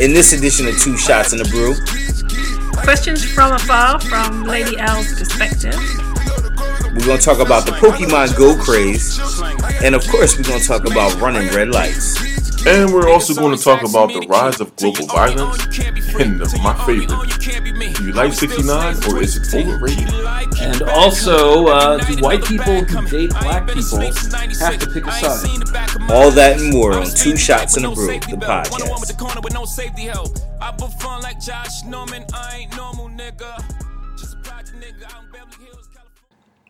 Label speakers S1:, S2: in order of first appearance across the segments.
S1: in this edition of Two Shots in the Brew.
S2: Questions from afar from Lady L's perspective.
S1: We're going to talk about the Pokemon Go craze. And of course, we're going to talk about running red lights.
S3: And we're also going to talk about the rise of global violence and the, my favorite. Do you like 69 or is it overrated?
S4: And also, uh, do white people who date black people have to pick a side?
S1: All that and more on Two Shots in the Brew, the podcast.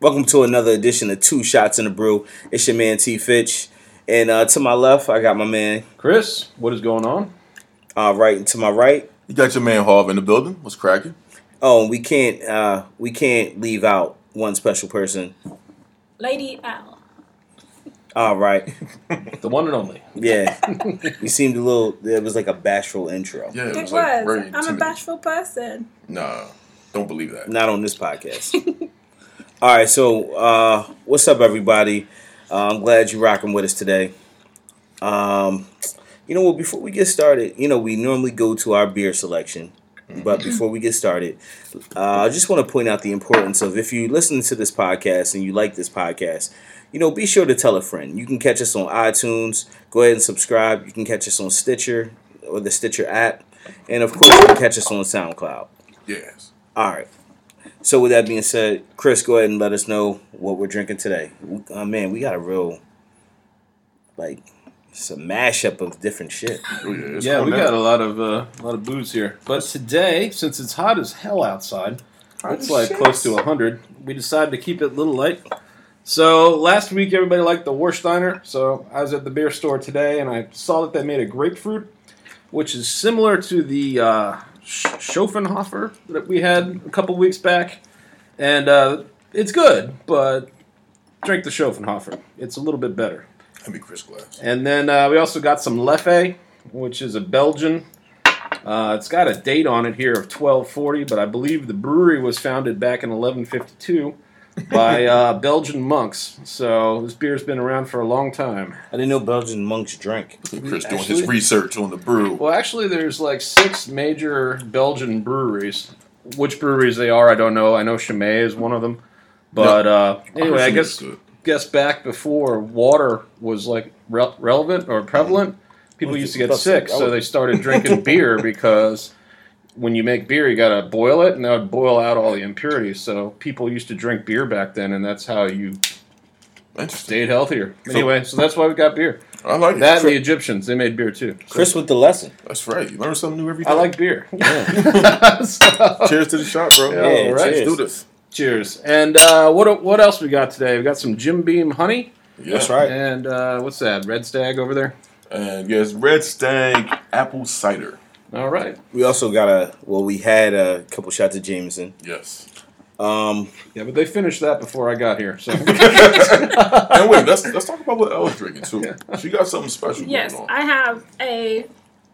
S1: Welcome to another edition of Two Shots in the Brew. It's your man T Fitch. And uh, to my left, I got my man
S4: Chris, what is going on?
S1: uh, right and to my right.
S3: You got your man Harv in the building. What's cracking?
S1: Oh, and we can't uh, we can't leave out one special person.
S2: Lady L.
S1: All Oh, right.
S4: The one and only.
S1: Yeah. you seemed a little it was like a bashful intro.
S3: Yeah,
S2: It
S3: like
S2: was.
S3: very
S2: I'm a
S3: intimidating.
S2: bashful person.
S3: Nah, don't believe that.
S1: Not on this podcast. All right, so uh, what's up, everybody? Uh, I'm glad you're rocking with us today. Um, you know what? Before we get started, you know we normally go to our beer selection, but before we get started, uh, I just want to point out the importance of if you listen to this podcast and you like this podcast, you know, be sure to tell a friend. You can catch us on iTunes. Go ahead and subscribe. You can catch us on Stitcher or the Stitcher app, and of course, you can catch us on SoundCloud.
S3: Yes.
S1: All right. So with that being said, Chris, go ahead and let us know what we're drinking today. We- Uh, man, we got a real like it's a mashup of different shit.
S3: Oh, yeah, it's
S4: Yeah,
S3: going
S4: we
S3: down.
S4: got a lot of uh, a lot of booze here. But today, since it's hot as hell outside, it's like close to hundred. We decided to keep it a little light. So last week, everybody liked the Warsteiner. So I was at the beer store today, and I saw that they made a grapefruit, which is similar to the uh, Sch- Schopenhofer that we had a couple weeks back, and uh, it's good. But drink the Schopenhofer; it's a little bit better.
S3: Let me Chris Glass.
S4: And then uh, we also got some Leffe, which is a Belgian. Uh, it's got a date on it here of 1240, but I believe the brewery was founded back in 1152 by uh, Belgian monks. So this beer's been around for a long time.
S1: I didn't know Belgian monks drank.
S3: Chris doing
S4: actually-
S3: his research on the brew.
S4: Well, actually, there's like six major Belgian breweries. Which breweries they are, I don't know. I know Chimay is one of them. But uh, anyway, I
S3: Chris is
S4: guess
S3: good.
S4: guess back before water was like re- relevant or prevalent, people used to get
S1: Plus,
S4: sick,
S1: I
S4: so Oh.
S1: would-
S4: they started drinking beer because when you make beer, you gotta boil it, and that would boil out all the impurities. So people used to drink beer back then, and that's how you
S3: Interesting.
S4: stayed healthier. Anyway, so that's why we got beer.
S3: I like
S4: That
S3: that.
S4: and the Egyptians, they made beer too. So
S1: Chris with the lesson.
S3: That's right. You learn something new every day.
S4: I like beer. So-
S3: Cheers to the shot, bro.
S4: Yeah, all right.
S3: Let's do this.
S4: cheers. And uh, what what else we got today? We got some Jim Beam honey,
S3: Yeah.
S1: That's right.
S4: and uh, what's that? Red Stag over there.
S3: And yes, Red Stag apple cider.
S4: All right.
S1: We also got a well, we had a couple shots of Jameson.
S3: Yes.
S1: Um,
S4: Yeah, but they finished that before I got here. So
S3: And wait, let's let's talk about what Ella's drinking too. She got something special
S2: Yes,
S3: going on.
S2: I have a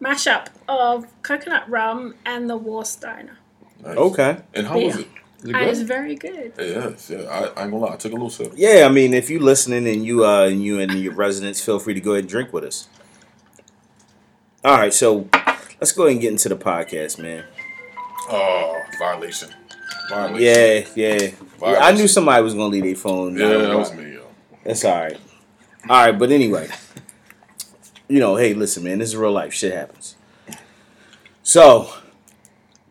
S2: mashup of coconut rum and the Warsteiner.
S3: Nice.
S1: okay.
S3: And how was
S2: Yeah.
S3: it?
S4: Is it
S2: And it's
S4: good?
S2: very good.
S3: Yes, yeah. I, I ain't gonna lie. I took a little sip.
S1: Yeah, I mean, if you listening and you uh and you and your residents, feel free to go ahead and drink with us. All right, so let's go ahead and get into the podcast, man.
S3: Oh, violation. Violation.
S1: Yeah, yeah. I knew somebody was gonna leave their phone.
S3: Yeah, that was me, yo.
S1: That's all right. All right, but anyway, you know, hey, listen, man, this is real life. Shit happens. So,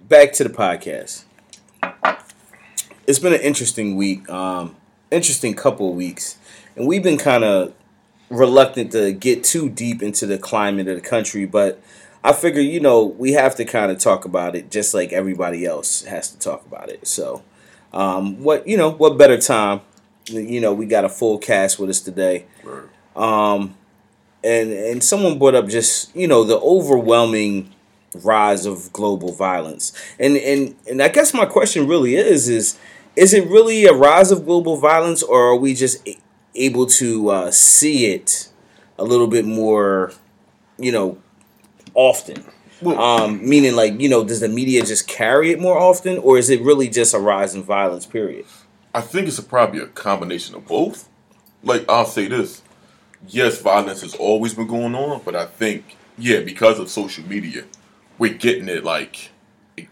S1: back to the podcast. It's been an interesting week, um, interesting couple of weeks, and we've been kind of reluctant to get too deep into the climate of the country, but I figure, you know, we have to kind of talk about it just like everybody else has to talk about it. So, um, what, you know, what better time? You know, we got a full cast with us today Um,
S3: Word.
S1: and and someone brought up just you know the overwhelming rise of global violence and and and i guess my question really is is is it really a rise of global violence or are we just a- able to uh, see it a little bit more you know often um, meaning like you know does the media just carry it more often or is it really just a rise in violence period
S3: I think it's a, probably a combination of both. Like I'll say this: yes, violence has always been going on, but I think yeah, because of social media, we're getting it like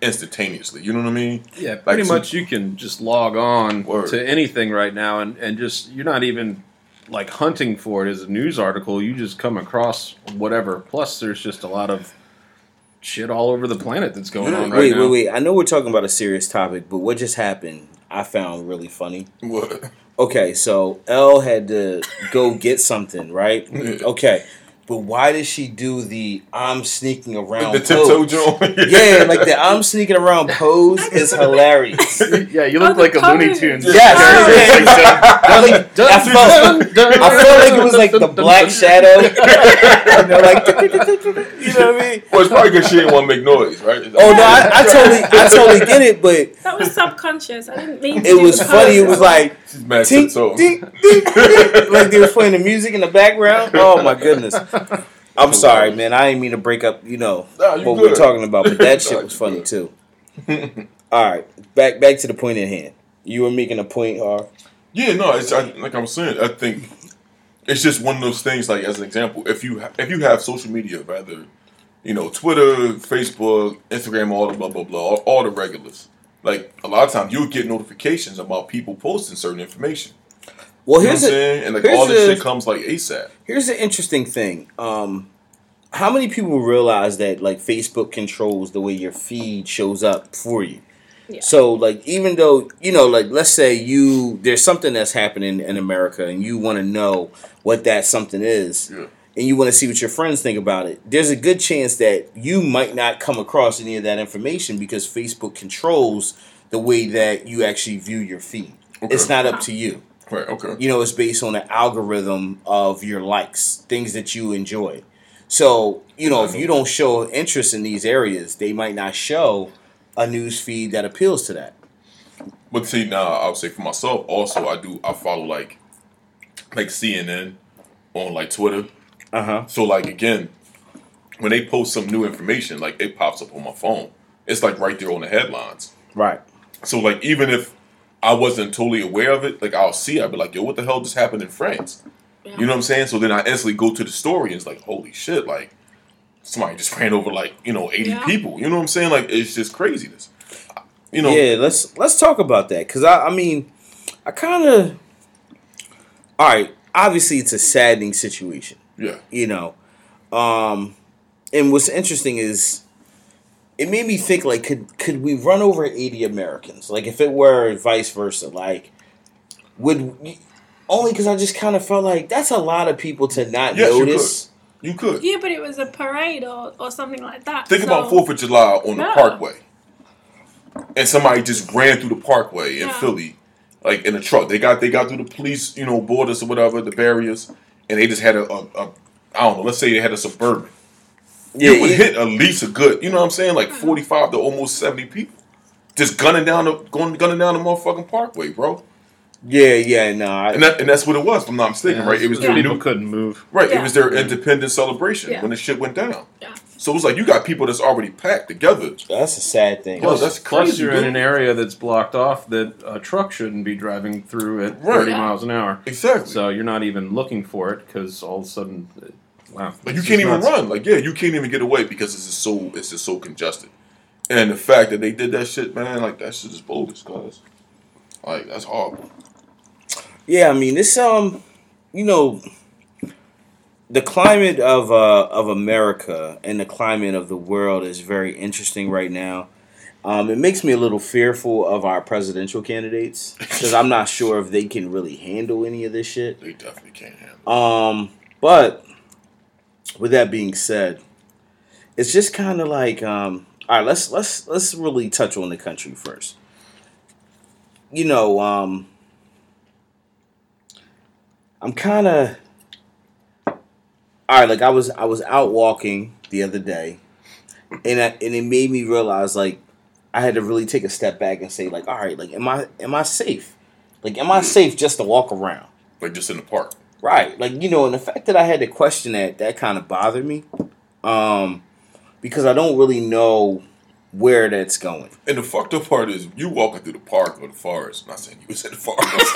S3: instantaneously. You know what I mean?
S4: Yeah, pretty
S3: Like, so-
S4: much you can just log on
S3: Word.
S4: to anything right now and, and just you're not even like hunting for it as a news article. You just come across whatever. Plus there's just a lot of shit all over the planet that's going on right
S1: wait,
S4: now.
S1: wait, wait. I know we're talking about a serious topic, but what just happened I found really funny.
S3: What?
S1: Okay, so Elle had to go get something, right? Okay. But why did she do the I'm sneaking around
S3: The tiptoe
S1: pose?
S3: joint.
S1: Yeah, like the I'm sneaking around pose is hilarious.
S5: yeah, you
S2: Oh,
S5: look
S2: the Oh,
S5: like a Looney
S2: colours.
S5: Tunes.
S1: Yes. I felt- I felt, I felt like it was like the Black Shadow. And they're like, you know what I mean?
S3: Well, it's probably because she didn't want to make noise, right?
S1: Oh no, I, I totally, I totally get it, but
S2: That was subconscious. I didn't mean to.
S1: it
S2: do
S1: was
S2: the
S1: funny. It
S2: pose.
S1: was like
S3: She's mad
S1: tink,
S3: tiptoe.
S1: tink, tink, tink. like they was playing the music in the background. Oh my goodness! I'm sorry, man. I didn't mean to break up. You know
S3: Nah, you
S1: what
S3: good.
S1: we're talking about, but that shit
S3: Nah,
S1: was
S3: you
S1: funny
S3: good.
S1: too. All right, back back to the point at hand. You were making a point, or
S3: Yeah, no, it's I, like I'm saying. I think it's just one of those things. Like as an example, if you ha- if you have social media, rather, you know, Twitter, Facebook, Instagram, all the blah blah blah, all, all the regulars. Like a lot of times, you'll get notifications about people posting certain information.
S1: well,
S3: You know what I'm
S1: here's a,
S3: saying? And like
S1: here's
S3: all this
S1: a-
S3: shit comes like ASAP.
S1: Here's the interesting thing. Um, how many people realize that like Facebook controls the way your feed shows up for you?
S2: Yeah.
S1: So like even though you know like let's say you there's something that's happening in America and you want to know what that something is
S3: Yeah.
S1: and you want to see what your friends think about it there's a good chance that you might not come across any of that information because Facebook controls the way that you actually view your feed. It's not up to you
S3: Right. Okay.
S1: you know, it's based on an algorithm of your likes, things that you enjoy. So, you know, if you don't show interest in these areas, they might not show a news feed that appeals to that.
S3: But see, now I would say for myself, also I do I follow like like CNN on like Twitter.
S1: Uh huh.
S3: So like again, when they post some new information, like it pops up on my phone. It's like right there on the headlines.
S1: Right.
S3: So like even if I wasn't totally aware of it, like I'll see, I'll be like, yo, what the hell just happened in France?
S2: Yeah.
S3: You know what I'm saying? So then I instantly go to the story and it's like, holy shit, like somebody just ran over like, you know, 80
S2: Yeah.
S3: people. You know what I'm saying? Like it's just craziness. You know,
S1: Yeah, let's let's talk about that because I, I mean, I kind of. All right. Obviously, it's a saddening situation.
S3: yeah.
S1: you know um and what's interesting is it made me think like could could we run over 80 americans like if it were vice versa like would we, only because i just kind of felt like that's a lot of people to not
S3: Yes, you
S1: notice
S3: You could.
S2: Yeah, but it was a parade or, or something like that.
S3: Think
S2: so-
S3: about Fourth of July on the
S2: Yeah.
S3: Parkway, and somebody just ran through the Parkway in
S2: Yeah.
S3: Philly, like in a truck. They got they got through the police, you know, borders or whatever, the barriers, and they just had a, a, a I don't know. Let's say they had a suburban.
S1: yeah,
S3: it would
S1: yeah.
S3: hit at least a good, you know what I'm saying, like
S2: Mm-hmm.
S3: 45 to almost 70 people, just gunning down the going gunning down the motherfucking Parkway, bro.
S1: yeah yeah no I,
S3: And that, and that's what it was, if I'm not mistaken,
S4: Yeah,
S3: right? It was
S2: Yeah.
S3: their
S4: people
S3: new,
S4: couldn't move.
S3: right. It
S2: Yeah.
S3: was their independent celebration
S2: Yeah.
S3: when the shit went down.
S2: Yeah.
S3: So it was like you got people that's already packed together.
S1: that's a sad thing
S3: Yo, that's crazy.
S4: Plus you're in
S3: dude.
S4: an area that's blocked off that a truck shouldn't be driving through at
S3: Right.
S4: 30
S2: Yeah.
S4: miles an hour.
S3: Exactly.
S4: So you're not even looking for it because all of a sudden, uh, wow.
S3: like you
S4: it's
S3: can't
S4: just
S3: even
S4: nuts.
S3: run. Like yeah, you can't even get away because it's just so it's just so congested. And the fact that they did that shit, man, like that shit is bogus, cause like that's horrible.
S1: Yeah, I mean this um you know the climate of uh of America and the climate of the world is very interesting right now. Um, it makes me a little fearful of our presidential candidates because I'm not sure if they can really handle any of this shit.
S3: They definitely can't handle. it.
S1: Um, but with that being said, it's just kind of like um, all right. Let's let's let's really touch on the country first. You know, um, I'm kind of all right. Like I was I was out walking the other day, and I, and it made me realize like I had to really take a step back and say like all right, like am I am I safe? Like am I safe just to walk around?
S3: Like just in the park.
S1: Right. Like, you know, and the fact that I had to question that, that kind of bothered me. Um, because I don't really know where that's going.
S3: And the fucked up part is you walking through the park or the forest. Not saying you was in the forest.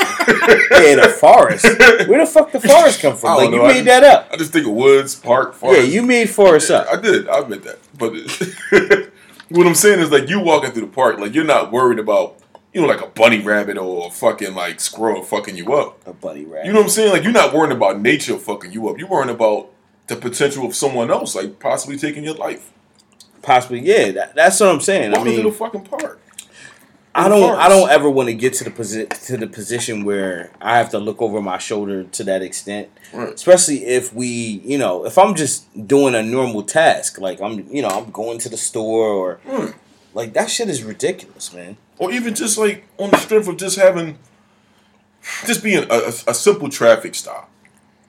S1: Yeah, the forest. Where the fuck the forest come
S3: I
S1: from?
S3: don't
S1: Like you
S3: know. I-
S1: made that up.
S3: I just think of woods, park,
S1: Yeah,
S3: forest.
S1: you made forest
S3: Yeah,
S1: up.
S3: I did. I admit that. But it- what I'm saying is, like, you walking through the park, like, you're not worried about, you know, like a bunny rabbit or a fucking, like, squirrel fucking you up.
S1: A buddy rap.
S3: You know what I'm saying? Like, you're not worrying about nature fucking you up. You're worrying about the potential of someone else, like, possibly taking your life.
S1: possibly. Yeah, that, that's what I'm saying. I
S3: Walking through
S1: mean,
S3: the fucking park.
S1: I don't.
S3: forest.
S1: I don't ever want to get to the posi- to the position where I have to look over my shoulder to that extent.
S3: Right.
S1: Especially if we, you know, if I'm just doing a normal task, like I'm, you know, I'm going to the store or
S3: Mm.
S1: like that shit is ridiculous, man.
S3: Or even just, like, on the strength of just having, just being a, a, a simple traffic stop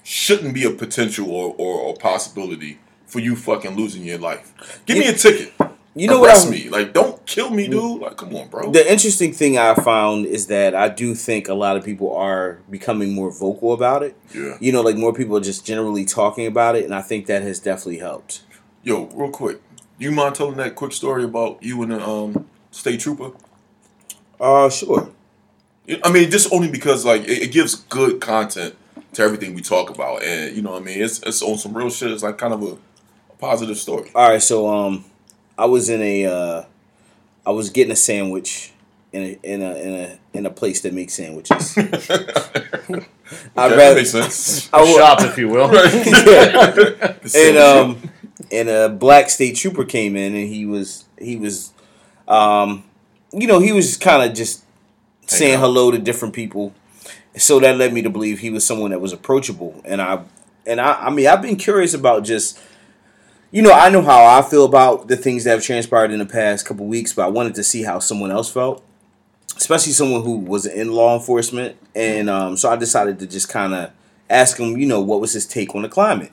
S3: shouldn't be a potential or, or, or possibility for you fucking losing your life. Give me a ticket.
S1: You know
S3: Arrest
S1: what? I, Mm.
S3: me. Like, don't kill me, dude. Like, come on, bro.
S1: The interesting thing I found is that I do think a lot of people are becoming more vocal about it.
S3: yeah.
S1: You know, like more people are just generally talking about it, and I think that has definitely helped.
S3: Yo, real quick. You mind telling that quick story about you and the um, state trooper?
S1: Uh, sure.
S3: I mean, just only because like it, it gives good content to everything we talk about, and you know, what I mean, it's it's on some real shit. It's like kind of a, a positive story.
S1: All right, so um, I was in a, uh, I was getting a sandwich in a in a in a in a place that makes sandwiches. I
S3: Yeah, that
S1: rather
S3: makes sense.
S1: I would,
S4: Shop, if you will.
S1: and um, and a black state trooper came in, and he was he was, um, you know, he was kind of just saying
S3: out.
S1: hello to different people. So that led me to believe he was someone that was approachable, and I and I, I mean, I've been curious about just. You know, I know how I feel about the things that have transpired in the past couple weeks, but I wanted to see how someone else felt, especially someone who was in law enforcement. And um, so I decided to just kind of ask him, you know, what was his take on the climate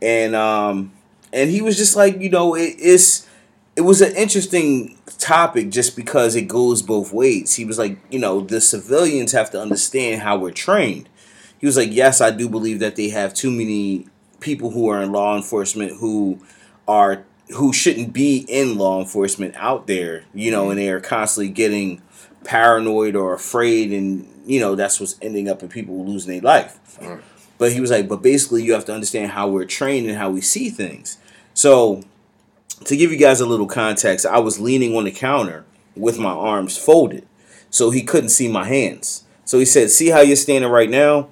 S1: and um and he was just like you know it is it was an interesting topic just because it goes both ways he was like you know the civilians have to understand how we're trained he was like yes i do believe that they have too many people who are in law enforcement who are who shouldn't be in law enforcement out there you know and they are constantly getting paranoid or afraid and you know that's what's ending up in people losing their life but he was like, but basically, you have to understand how we're trained and how we see things. So, to give you guys a little context, I was leaning on the counter with my arms folded, so he couldn't see my hands. So he said, "See how you're standing right now?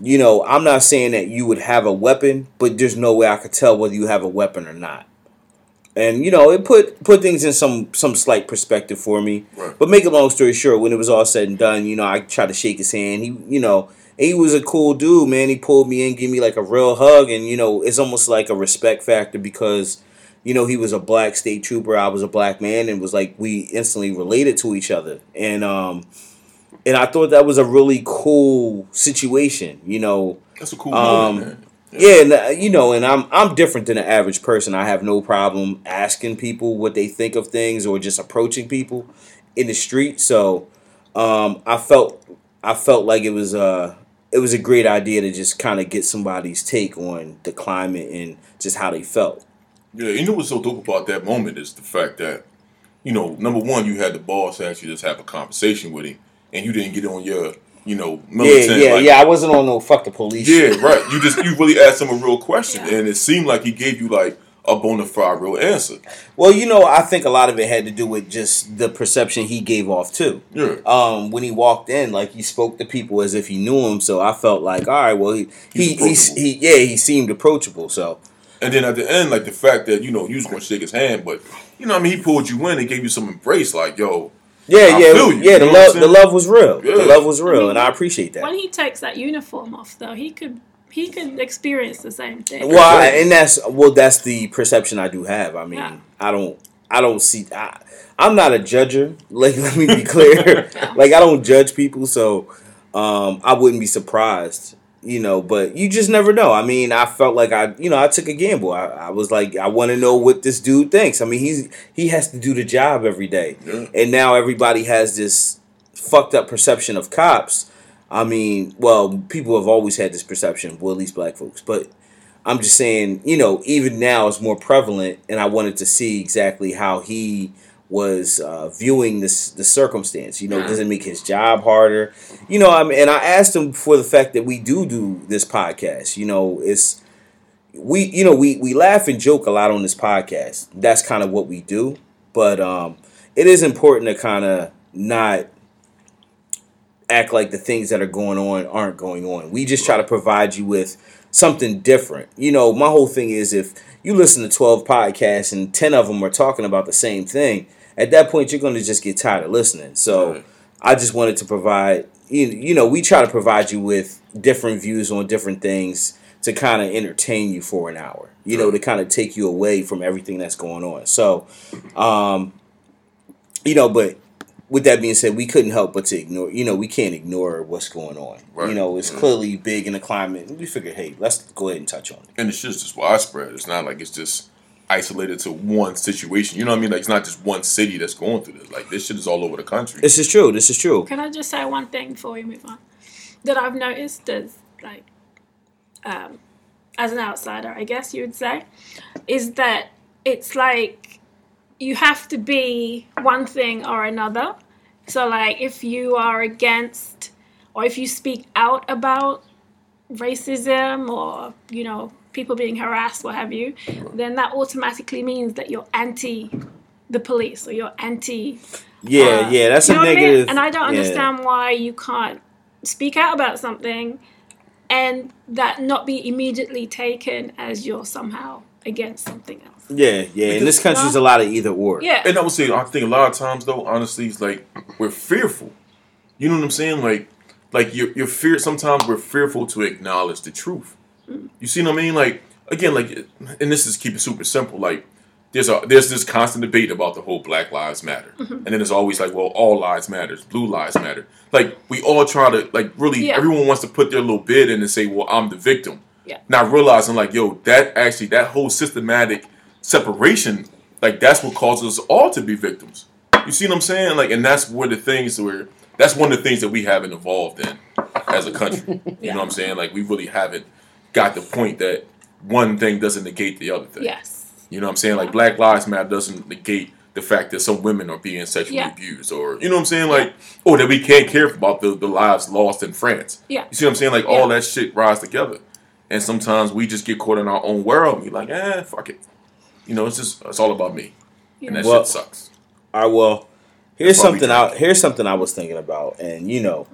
S1: You know, I'm not saying that you would have a weapon, but there's no way I could tell whether you have a weapon or not." And you know, it put put things in some some slight perspective for me.
S3: Right.
S1: But make a long story short, when it was all said and done, you know, I tried to shake his hand. He, you know, he was a cool dude, man. He pulled me in, gave me like a real hug, and you know, it's almost like a respect factor because, you know, he was a black state trooper, I was a black man, and was like we instantly related to each other, and um, and I thought that was a really cool situation, you know.
S3: That's a cool
S1: um,
S3: moment, man.
S1: Yeah, and, uh, you know, and I'm I'm different than the average person. I have no problem asking people what they think of things or just approaching people in the street. So um, I felt I felt like it was uh it was a great idea to just kind of get somebody's take on the climate and just how they felt.
S3: Yeah, you know what's so dope about that moment is the fact that, you know, number one, you had the boss actually just have a conversation with him, and you didn't get on your, you know,
S1: Yeah,
S3: militant.
S1: yeah,
S3: like,
S1: yeah. I wasn't on no fuck the police. shit.
S3: Yeah, right. You just you really asked him a real question,
S2: Yeah.
S3: and it seemed like he gave you like a bona fide real answer.
S1: Well, you know, I think a lot of it had to do with just the perception he gave off too.
S3: Yeah,
S1: um, when he walked in, like he spoke to people as if he knew him. So I felt like, all right, well, he he,
S3: He's
S1: he,
S3: approachable.
S1: he yeah, he seemed approachable. So
S3: and then at the end, like the fact that you know you was gonna shake his hand, but you know, what I mean, he pulled you in and gave you some embrace, like yo,
S1: yeah,
S3: I
S1: yeah,
S3: feel you,
S1: yeah. The
S3: you know what I'm
S1: love, the
S3: saying?
S1: love was real. The
S3: Yeah.
S1: love was real, and I appreciate
S2: When
S1: that.
S2: he takes that uniform off, though, he could he could experience the same thing.
S1: Well, I, and that's well, that's the perception I do have. I mean,
S2: Yeah.
S1: I don't, I don't see. I, I'm not a judger. Like, let me be clear. like, I don't judge people, so um, I wouldn't be surprised. You know, but you just never know. I mean, I felt like I, you know, I took a gamble. I, I was like, I want to know what this dude thinks. I mean, he's he has to do the job every day,
S3: Yeah.
S1: and now everybody has this fucked up perception of cops. I mean, well, people have always had this perception, well, at least black folks, but I'm just saying, you know, even now it's more prevalent, and I wanted to see exactly how he was uh, viewing this the circumstance. You know, does it make his job harder? You know, I mean, and I asked him for the fact that we do do this podcast. You know, it's we you know we we laugh and joke a lot on this podcast. That's kind of what we do, but um, it is important to kind of not act like the things that are going on aren't going on. We just try to provide you with something different. You know, my whole thing is if you listen to 12 podcasts and 10 of them are talking about the same thing, at that point you're going to just get tired of listening. So
S3: Right.
S1: I just wanted to provide you, you know, we try to provide you with different views on different things to kind of entertain you for an hour. You know, to kind of take you away from everything that's going on. So um you know, but with that being said, we couldn't help but to ignore. You know, we can't ignore what's going on.
S3: Right.
S1: You know, it's clearly big in the climate. We figured, hey, let's go ahead and touch on it.
S3: and it's just just widespread. It's not like it's just isolated to one situation. You know what I mean? Like it's not just one city that's going through this. Like this shit is all over the country.
S1: This is true. This is true.
S2: Can I just say one thing before we move on? That I've noticed is like, um, as an outsider, I guess you would say, is that it's like you have to be one thing or another. So, like, if you are against or if you speak out about racism or, you know, people being harassed, what have you, then that automatically means that you're anti the police or you're anti
S1: Yeah,
S2: uh,
S1: yeah. That's
S2: you
S1: a
S2: know what I mean?
S1: negative.
S2: And I don't
S1: yeah.
S2: understand why you can't speak out about something and that not be immediately taken as you're somehow against something else.
S1: Yeah, yeah. In this country, there's a lot of either or.
S2: Yeah.
S3: And I would say, I think a lot of times though, honestly, it's like we're fearful. You know what I'm saying? Like, like you're, you're fear. Sometimes we're fearful to acknowledge the truth. You see what I mean? Like again, like, and this is keep it super simple. Like, there's a there's this constant debate about the whole Black Lives Matter,
S2: Mm-hmm.
S3: and then it's always like, well, all lives matters, blue lives matter. Like we all try to like really,
S2: Yeah.
S3: everyone wants to put their little bid in and say, well, I'm the victim.
S2: Yeah.
S3: Not realizing like, yo, that actually that whole systematic separation, like that's what causes us all to be victims. You see what I'm saying? Like, and that's where the things where that's one of the things that we haven't evolved in as a country. You know what I'm saying? Like, we really haven't got the point that one thing doesn't negate the other thing.
S2: Yes.
S3: You know what I'm saying? Like Black Lives Matter doesn't negate the fact that some women are being sexually
S2: Yeah.
S3: abused or you know what I'm saying? Like or that we can't care about the, the lives lost in France.
S2: Yeah.
S3: You see what I'm saying? Like all
S2: Yeah.
S3: that shit rise together. And sometimes we just get caught in our own world and be like, eh, fuck it. You know, it's just it's all about me. And that
S1: Well-
S3: shit sucks.
S1: All right. Well, here's
S3: That's why we
S1: something
S3: drink.
S1: I here's something I was thinking about, and you know,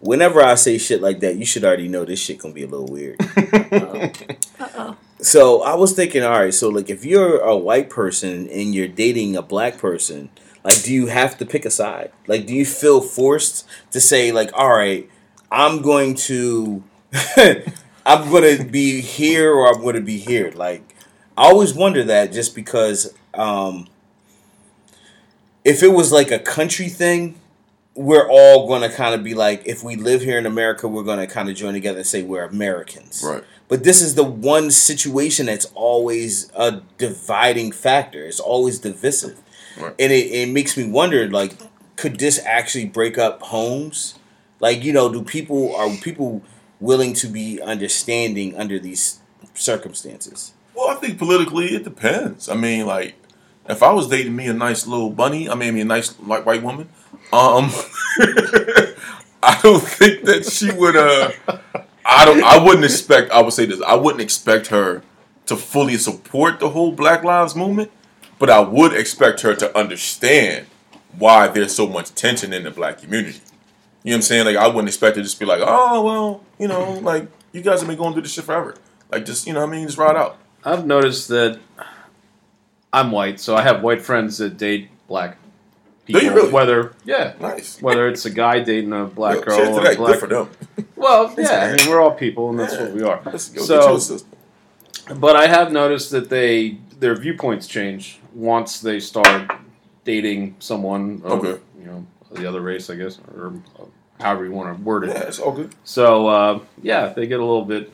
S1: whenever I say shit like that, you should already know this shit gonna be a little weird.
S2: Uh oh.
S1: So I was thinking, all right, so like if you're a white person and you're dating a black person, like do you have to pick a side? Like do you feel forced to say like, all right, I'm going to I'm gonna be here or I'm gonna be here. Like I always wonder that just because um if it was like a country thing, we're all gonna kinda be like, if we live here in America, we're gonna kinda join together and say we're Americans.
S3: Right.
S1: But this is the one situation that's always a dividing factor. It's always divisive.
S3: Right.
S1: And it, it makes me wonder like, could this actually break up homes? Like, you know, do people are people willing to be understanding under these circumstances?
S3: Well, I think politically it depends. I mean, like, if I was dating me a nice little bunny, I mean, me a nice like white woman, um, I don't think that she would. Uh, I don't. I wouldn't expect. I would say this. I wouldn't expect her to fully support the whole Black Lives movement, but I would expect her to understand why there's so much tension in the black community. You know what I'm saying? Like I wouldn't expect it to just be like, oh well, you know, like you guys have been going through this shit forever. Like just you know what I mean, just ride out.
S4: I've noticed that I'm white, so I have white friends that date black
S3: you
S4: people.
S3: really?
S4: Whether yeah,
S3: Nice.
S4: whether it's a guy dating a black
S3: Yo,
S4: girl
S3: shout out to
S4: or a
S3: that. Good
S4: black.
S3: for them.
S4: Well, yeah, I mean we're all people, and that's what we are.
S3: Let's go get you a
S4: So,
S3: sister.
S4: but I have noticed that they their viewpoints change once they start dating someone. Of,
S3: Okay.
S4: You know, the other race, I guess, or however you want to word it.
S3: Yeah, it's all good.
S4: So uh, yeah, they get a little bit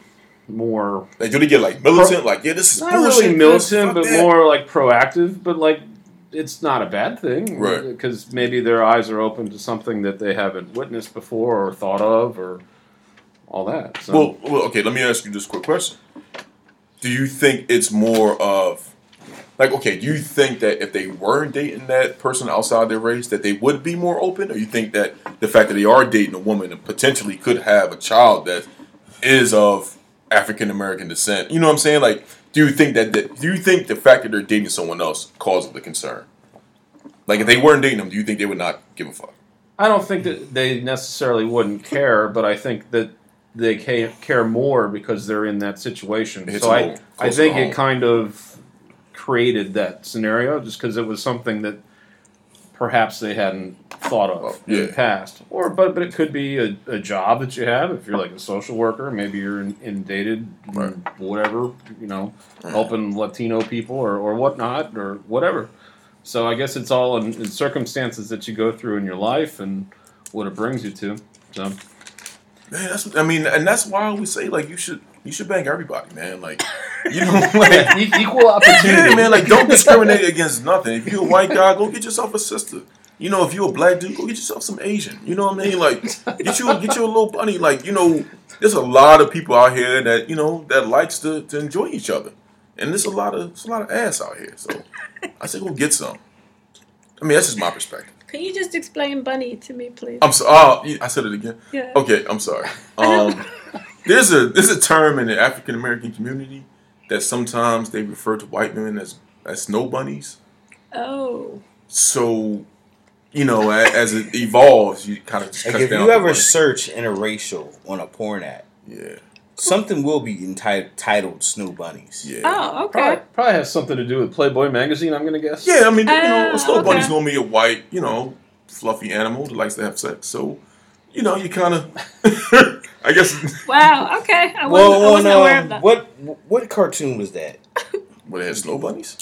S4: more
S3: Like, do they get like militant? Like, yeah, this is
S4: not
S3: bullshit.
S4: really
S3: man.
S4: militant,
S3: Fuck
S4: but
S3: that.
S4: more like proactive. But like, it's not a bad thing,
S3: Right.
S4: Because maybe their eyes are open to something that they haven't witnessed before or thought of, or all that. So
S3: Well, well, okay. Let me ask you this quick question: do you think it's more of like okay, do you think that if they were dating that person outside their race that they would be more open or you think that the fact that they are dating a woman and potentially could have a child that is of African American descent? You know what I'm saying? Like do you think that, that do you think the fact that they're dating someone else causes the concern? Like if they weren't dating them, do you think they would not give a fuck?
S4: I don't think that they necessarily wouldn't care, but I think that they ca- care more because they're in that situation.
S3: It's
S4: so
S3: a
S4: I,
S3: little
S4: I
S3: closer
S4: think
S3: to home.
S4: it kind of created that scenario just because it was something that perhaps they hadn't thought of in
S3: Oh, Yeah.
S4: the past. Or but but it could be a, a job that you have if you're like a social worker, maybe you're in, in dated
S3: Right.
S4: whatever, you know, helping Latino people or, or whatnot or whatever. So I guess it's all in, in circumstances that you go through in your life and what it brings you to. So
S3: Man, that's I mean, and that's why I always say like you should you should bang everybody, man. Like you know, like
S4: E- equal opportunity,
S3: yeah, man. Like don't discriminate against nothing. If you're a white guy, go get yourself a sister. You know, if you're a black dude, go get yourself some Asian. You know what I mean? Like get you get you a little bunny. Like you know, there's a lot of people out here that you know that likes to, to enjoy each other, and there's a lot of there's a lot of ass out here. So I say go get some. I mean, that's just my perspective.
S2: Can you just explain bunny to me, please?
S1: Um,
S3: I'm sorry. Oh, I said it again.
S2: yeah.
S3: Okay, I'm sorry. Um, there's a there's a term in the African American community that sometimes they refer to white women as as snow bunnies.
S2: Oh.
S3: So, you know, a- as it evolves, you kind of just
S1: Like
S3: cut
S1: if
S3: down.
S1: you
S3: the
S1: ever
S3: bunny.
S1: search interracial on a porn app,
S3: yeah,
S1: something will be entitled titled Snow Bunnies.
S3: yeah,
S2: Oh, okay.
S4: probably, probably has something to do with Playboy magazine. I'm gonna guess.
S3: yeah. I mean, you know,
S2: Oh,
S3: a snow bunny's
S2: okay.
S3: normally a white, you know, fluffy animal that likes to have sex. So, you know, you kind of, I guess,
S2: Wow. Okay. I wasn't, I
S1: Well, on,
S2: wasn't aware of
S1: um,
S2: that.
S1: what what cartoon was that?
S3: what they had snow bunnies?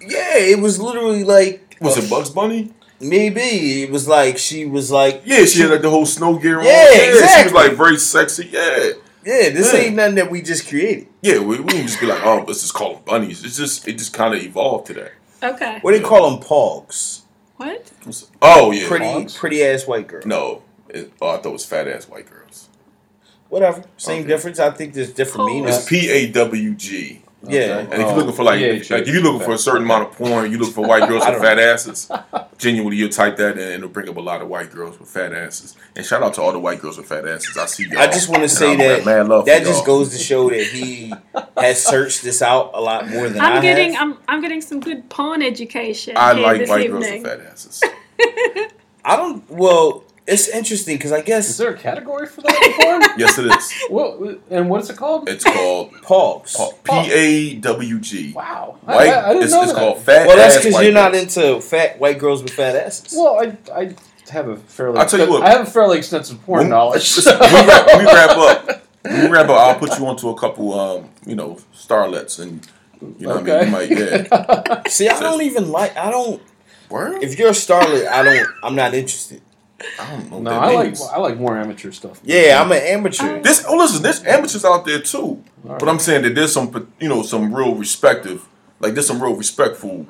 S1: Yeah, it was literally like uh,
S3: Was it Bugs Bunny?
S1: Maybe it was like she was like,
S3: Yeah, she had like the whole snow gear on.
S1: Yeah,
S3: She was
S1: exactly.
S3: like very sexy. Yeah.
S1: yeah, this
S3: Yeah.
S1: ain't nothing that we just created.
S3: Yeah, we, we didn't just be like, oh, let's just call them bunnies. It's just it just kind of evolved to that.
S2: okay.
S1: What do they call them? Pogs.
S2: What?
S3: Oh yeah,
S1: pretty,
S3: hogs?
S1: pretty ass white girl.
S3: No, it, oh, I thought it was fat ass white girls.
S1: Whatever, same
S3: Okay.
S1: difference. I think there's different
S2: Pogs.
S1: meanings.
S3: It's P A W G.
S1: Yeah,
S3: And if
S4: Oh,
S3: you're looking for like,
S4: PHA.
S3: like if you're looking for a certain amount of porn, you look for white girls
S1: I
S3: with
S1: don't
S3: fat asses. Genuinely, you will type that in, and it'll bring up a lot of white girls with fat asses. And shout out to all the white girls with fat asses. I see y'all.
S1: I just want to
S3: And
S1: say
S3: I'm
S1: that
S3: like, mad love for
S1: that just
S3: y'all.
S1: goes to show that he has searched this out a lot more than
S2: I'm
S1: I
S2: getting
S1: have.
S2: I'm I'm getting some good porn education.
S3: I
S2: here
S3: like
S2: this
S3: white girls
S2: evening.
S3: with fat asses.
S1: I don't. Well, it's interesting because I
S4: Is
S1: guess
S4: there a category for that porn?
S3: Yes, it is.
S4: what and what is it called?
S3: It's called
S1: pogs.
S3: P A W G.
S4: wow, I-
S3: White.
S4: I, I didn't
S3: it's,
S4: know
S3: it's
S4: that.
S3: called fat.
S1: Well, that's
S3: ass
S1: because
S3: white
S1: you're not
S3: girls.
S1: into fat white girls with fat asses.
S4: Well, I, I have a fairly
S3: I'll tell you
S4: exten-
S3: what.
S4: I have a fairly extensive porn
S3: When-
S4: knowledge.
S3: Listen, we, wrap, we wrap up. We wrap up. I'll put you onto a couple, um, you know, starlets, and you know,
S4: okay.
S3: what I mean, you might, yeah.
S1: See, I don't even like. I don't.
S3: Word?
S1: If you're a starlet, I don't. I'm not interested.
S3: I don't know.
S4: no,
S3: what that
S4: I like
S3: means.
S4: I like more amateur stuff.
S1: Yeah, I'm an amateur.
S3: This. Oh, listen. There's amateurs out there too, but I'm saying that there's some, you know, some real respective, like there's some real respectful,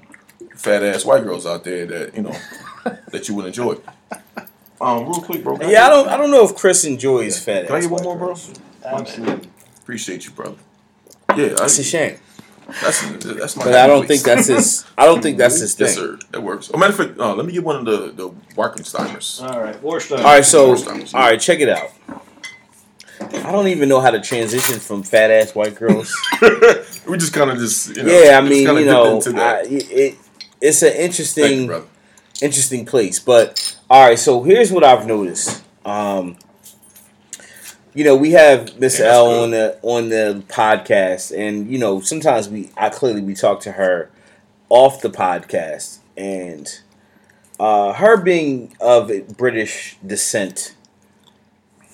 S3: fat ass white girls out there that you know, that you would enjoy. Um, real quick, bro. can
S1: yeah, I
S3: get-
S1: don't. I don't know if Chris enjoys fat.
S3: Can I
S1: ass
S3: get one
S1: white
S3: more, bro?
S1: girls.
S4: absolutely.
S3: Appreciate you, brother. Yeah, I,
S1: That's a shame.
S3: that's that's my.
S1: But I don't
S3: voice.
S1: think that's his. I don't think that's his
S3: Yes,
S1: thing.
S3: sir. That works. Oh, matter of fact, uh, let me get one of the the Warkensteimers.
S2: Uh,
S4: All right, Warstein.
S1: All right, so all right, check it out. I don't even know how to transition from fat ass white girls.
S3: we just kind of just you know,
S1: yeah, I
S3: just
S1: mean,
S3: kinda
S1: you
S3: dipped
S1: know,
S3: into
S1: I,
S3: that.
S1: it, it's an
S3: Thank you,
S1: interesting,
S3: brother.
S1: interesting place. But all right, so here's what I've noticed. Um, you know, we have Miss
S3: Yeah, that's
S1: L
S3: good.
S1: on the on the podcast, and you know, sometimes we, I clearly we talk to her off the podcast, and uh, her being of British descent,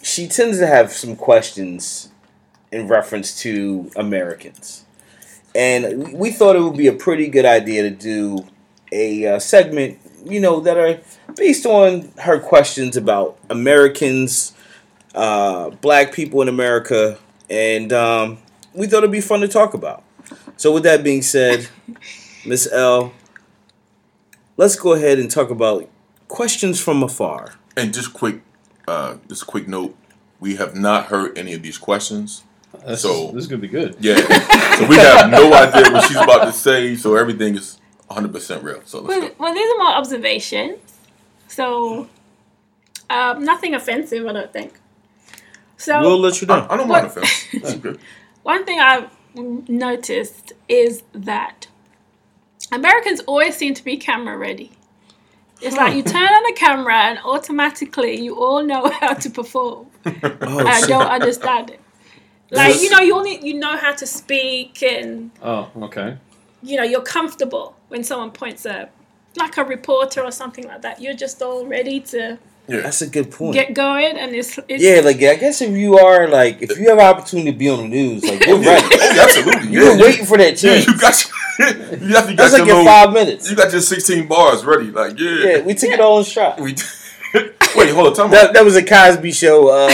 S1: she tends to have some questions in reference to Americans. And we thought it would be a pretty good idea to do a uh, segment, you know, that are based on her questions about Americans, uh, black people in America, and um, we thought it'd be fun to talk about. So, with that being said, Miss L, let's go ahead and talk about questions from afar.
S3: And just quick, uh, just a quick note: we have not heard any of these questions,
S4: This
S3: So-
S4: is, this is gonna be good.
S3: Yeah. so we have no idea what she's about to say, so everything is 100% real. So let's
S2: Well,
S3: go.
S2: well, these are more observations. So, um, nothing offensive, I don't think. So,
S1: We'll let you know.
S3: I, I don't mind offense. That's good.
S2: one thing I've noticed is that Americans always seem to be camera ready. It's like you turn on the camera and automatically you all know how to perform.
S1: Oh,
S2: I
S1: shit.
S2: don't understand it. Like
S1: Yes.
S2: you know, you only you know how to speak and
S4: Oh, okay.
S2: you know you're comfortable when someone points a like a reporter or something like that. You're just all ready to
S3: Yeah.
S1: That's a good point.
S2: get going, and it's, it's
S1: yeah, like I guess if you are like if you have an opportunity to be on the news, like you're
S3: Yeah.
S1: right.
S3: Oh, yeah, absolutely.
S1: You've
S3: Yeah.
S1: been waiting for that
S3: yeah,
S1: chance.
S3: you got your, you have, you got
S1: That's like
S3: your
S1: your
S3: little-
S1: five minutes.
S3: you got your 16 bars ready. Like, yeah.
S1: Yeah, we took it all in shot.
S3: We, wait, hold on. Tell me.
S1: That, that was a Cosby Show uh,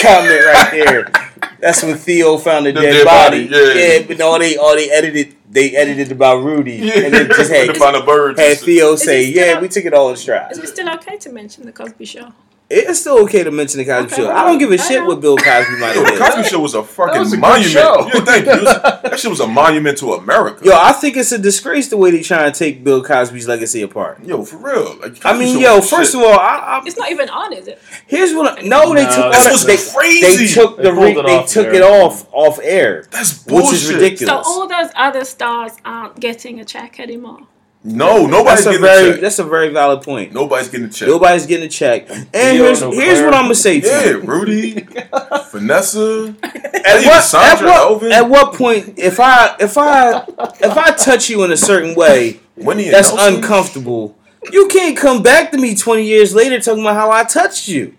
S1: comment right there. That's when Theo found the,
S3: The
S1: dead,
S3: dead
S1: body.
S3: body, yeah.
S1: but no, they all they edited they edited about Rudy and then just
S3: Had
S1: had,
S3: to find a bird.
S1: had Theo say,
S2: it still-
S1: "Yeah, we took it all in stride."
S2: Is it still okay to mention the Cosby Show?
S1: It's still okay to mention the Cosby
S2: Okay.
S1: Show. I don't give a
S2: I
S1: shit
S2: know.
S1: what Bill Cosby might
S3: Yo,
S1: have
S3: the
S1: done.
S3: Cosby Show was a fucking
S4: was a good
S3: monument.
S4: show.
S3: Yeah, thank you. It was- that shit was a monument to America.
S1: Yo, I think it's a disgrace the way they trying to take Bill Cosby's legacy apart.
S3: Yo, for real. Like,
S1: I mean, yo, first of all, I, I,
S2: It's not even on, is it?
S1: here's what. I, no, they
S4: No,
S1: took
S4: this
S1: all
S3: was
S1: the, they,
S3: crazy.
S1: They took
S4: They
S1: the
S4: pulled
S1: re-
S4: it
S1: they
S4: off
S1: took
S4: there.
S1: it off off air,
S3: that's bullshit.
S1: which is ridiculous.
S2: So all those other stars aren't getting a check anymore.
S3: No, Oh, nobody's
S1: That's a
S3: getting
S1: very
S3: a check.
S1: that's a very valid point.
S3: Nobody's getting a check.
S1: Nobody's getting a check. And here's,
S4: no
S1: here's
S4: Claire.
S1: what I'm gonna say to
S3: Yeah,
S1: you.
S3: Rudy, Vanessa,
S1: At
S3: even
S1: what, at,
S3: Sandra
S1: what,
S3: Elvin.
S1: at what point if I if I if I touch you in a certain way
S3: Winnie and
S1: that's
S3: Nelson.
S1: uncomfortable, you can't come back to me 20 years later talking about how I touched you.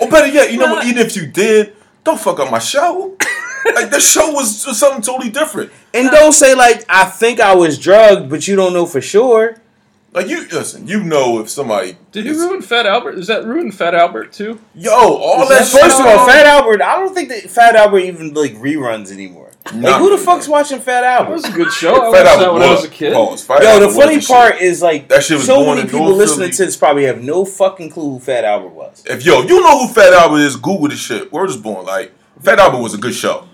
S3: Or better yet, you know what? Even if you did, don't fuck up my show. like this show was just something totally different.
S1: And don't say like I think I was drugged, but you don't know for sure.
S3: Like you listen, you know if somebody
S4: Did
S3: is-
S4: you ruin Fat Albert? Is that ruin Fat Albert too?
S3: Yo, all
S4: Is
S3: that.
S4: that
S1: First of all,
S3: shit-
S1: Fat Albert, I don't think that Fat Albert even like reruns anymore. Like
S3: Nah.
S1: who the fuck's watching Fat
S4: That was
S1: Albert?
S4: a good show. I watched
S3: Fat
S4: that when I was
S3: was-
S4: a kid.
S3: Pause. Fat
S1: Yo,
S3: Albert
S1: the
S3: was
S1: funny
S3: shit.
S1: part is like
S3: That shit was
S1: so
S3: born
S1: many
S3: in
S1: people
S3: North
S1: listening
S3: Philly.
S1: to this probably have no fucking clue who Fat Albert was.
S3: If yo, you know who Fat Albert is, Google the shit. We're just born like Fat Albert was a good show.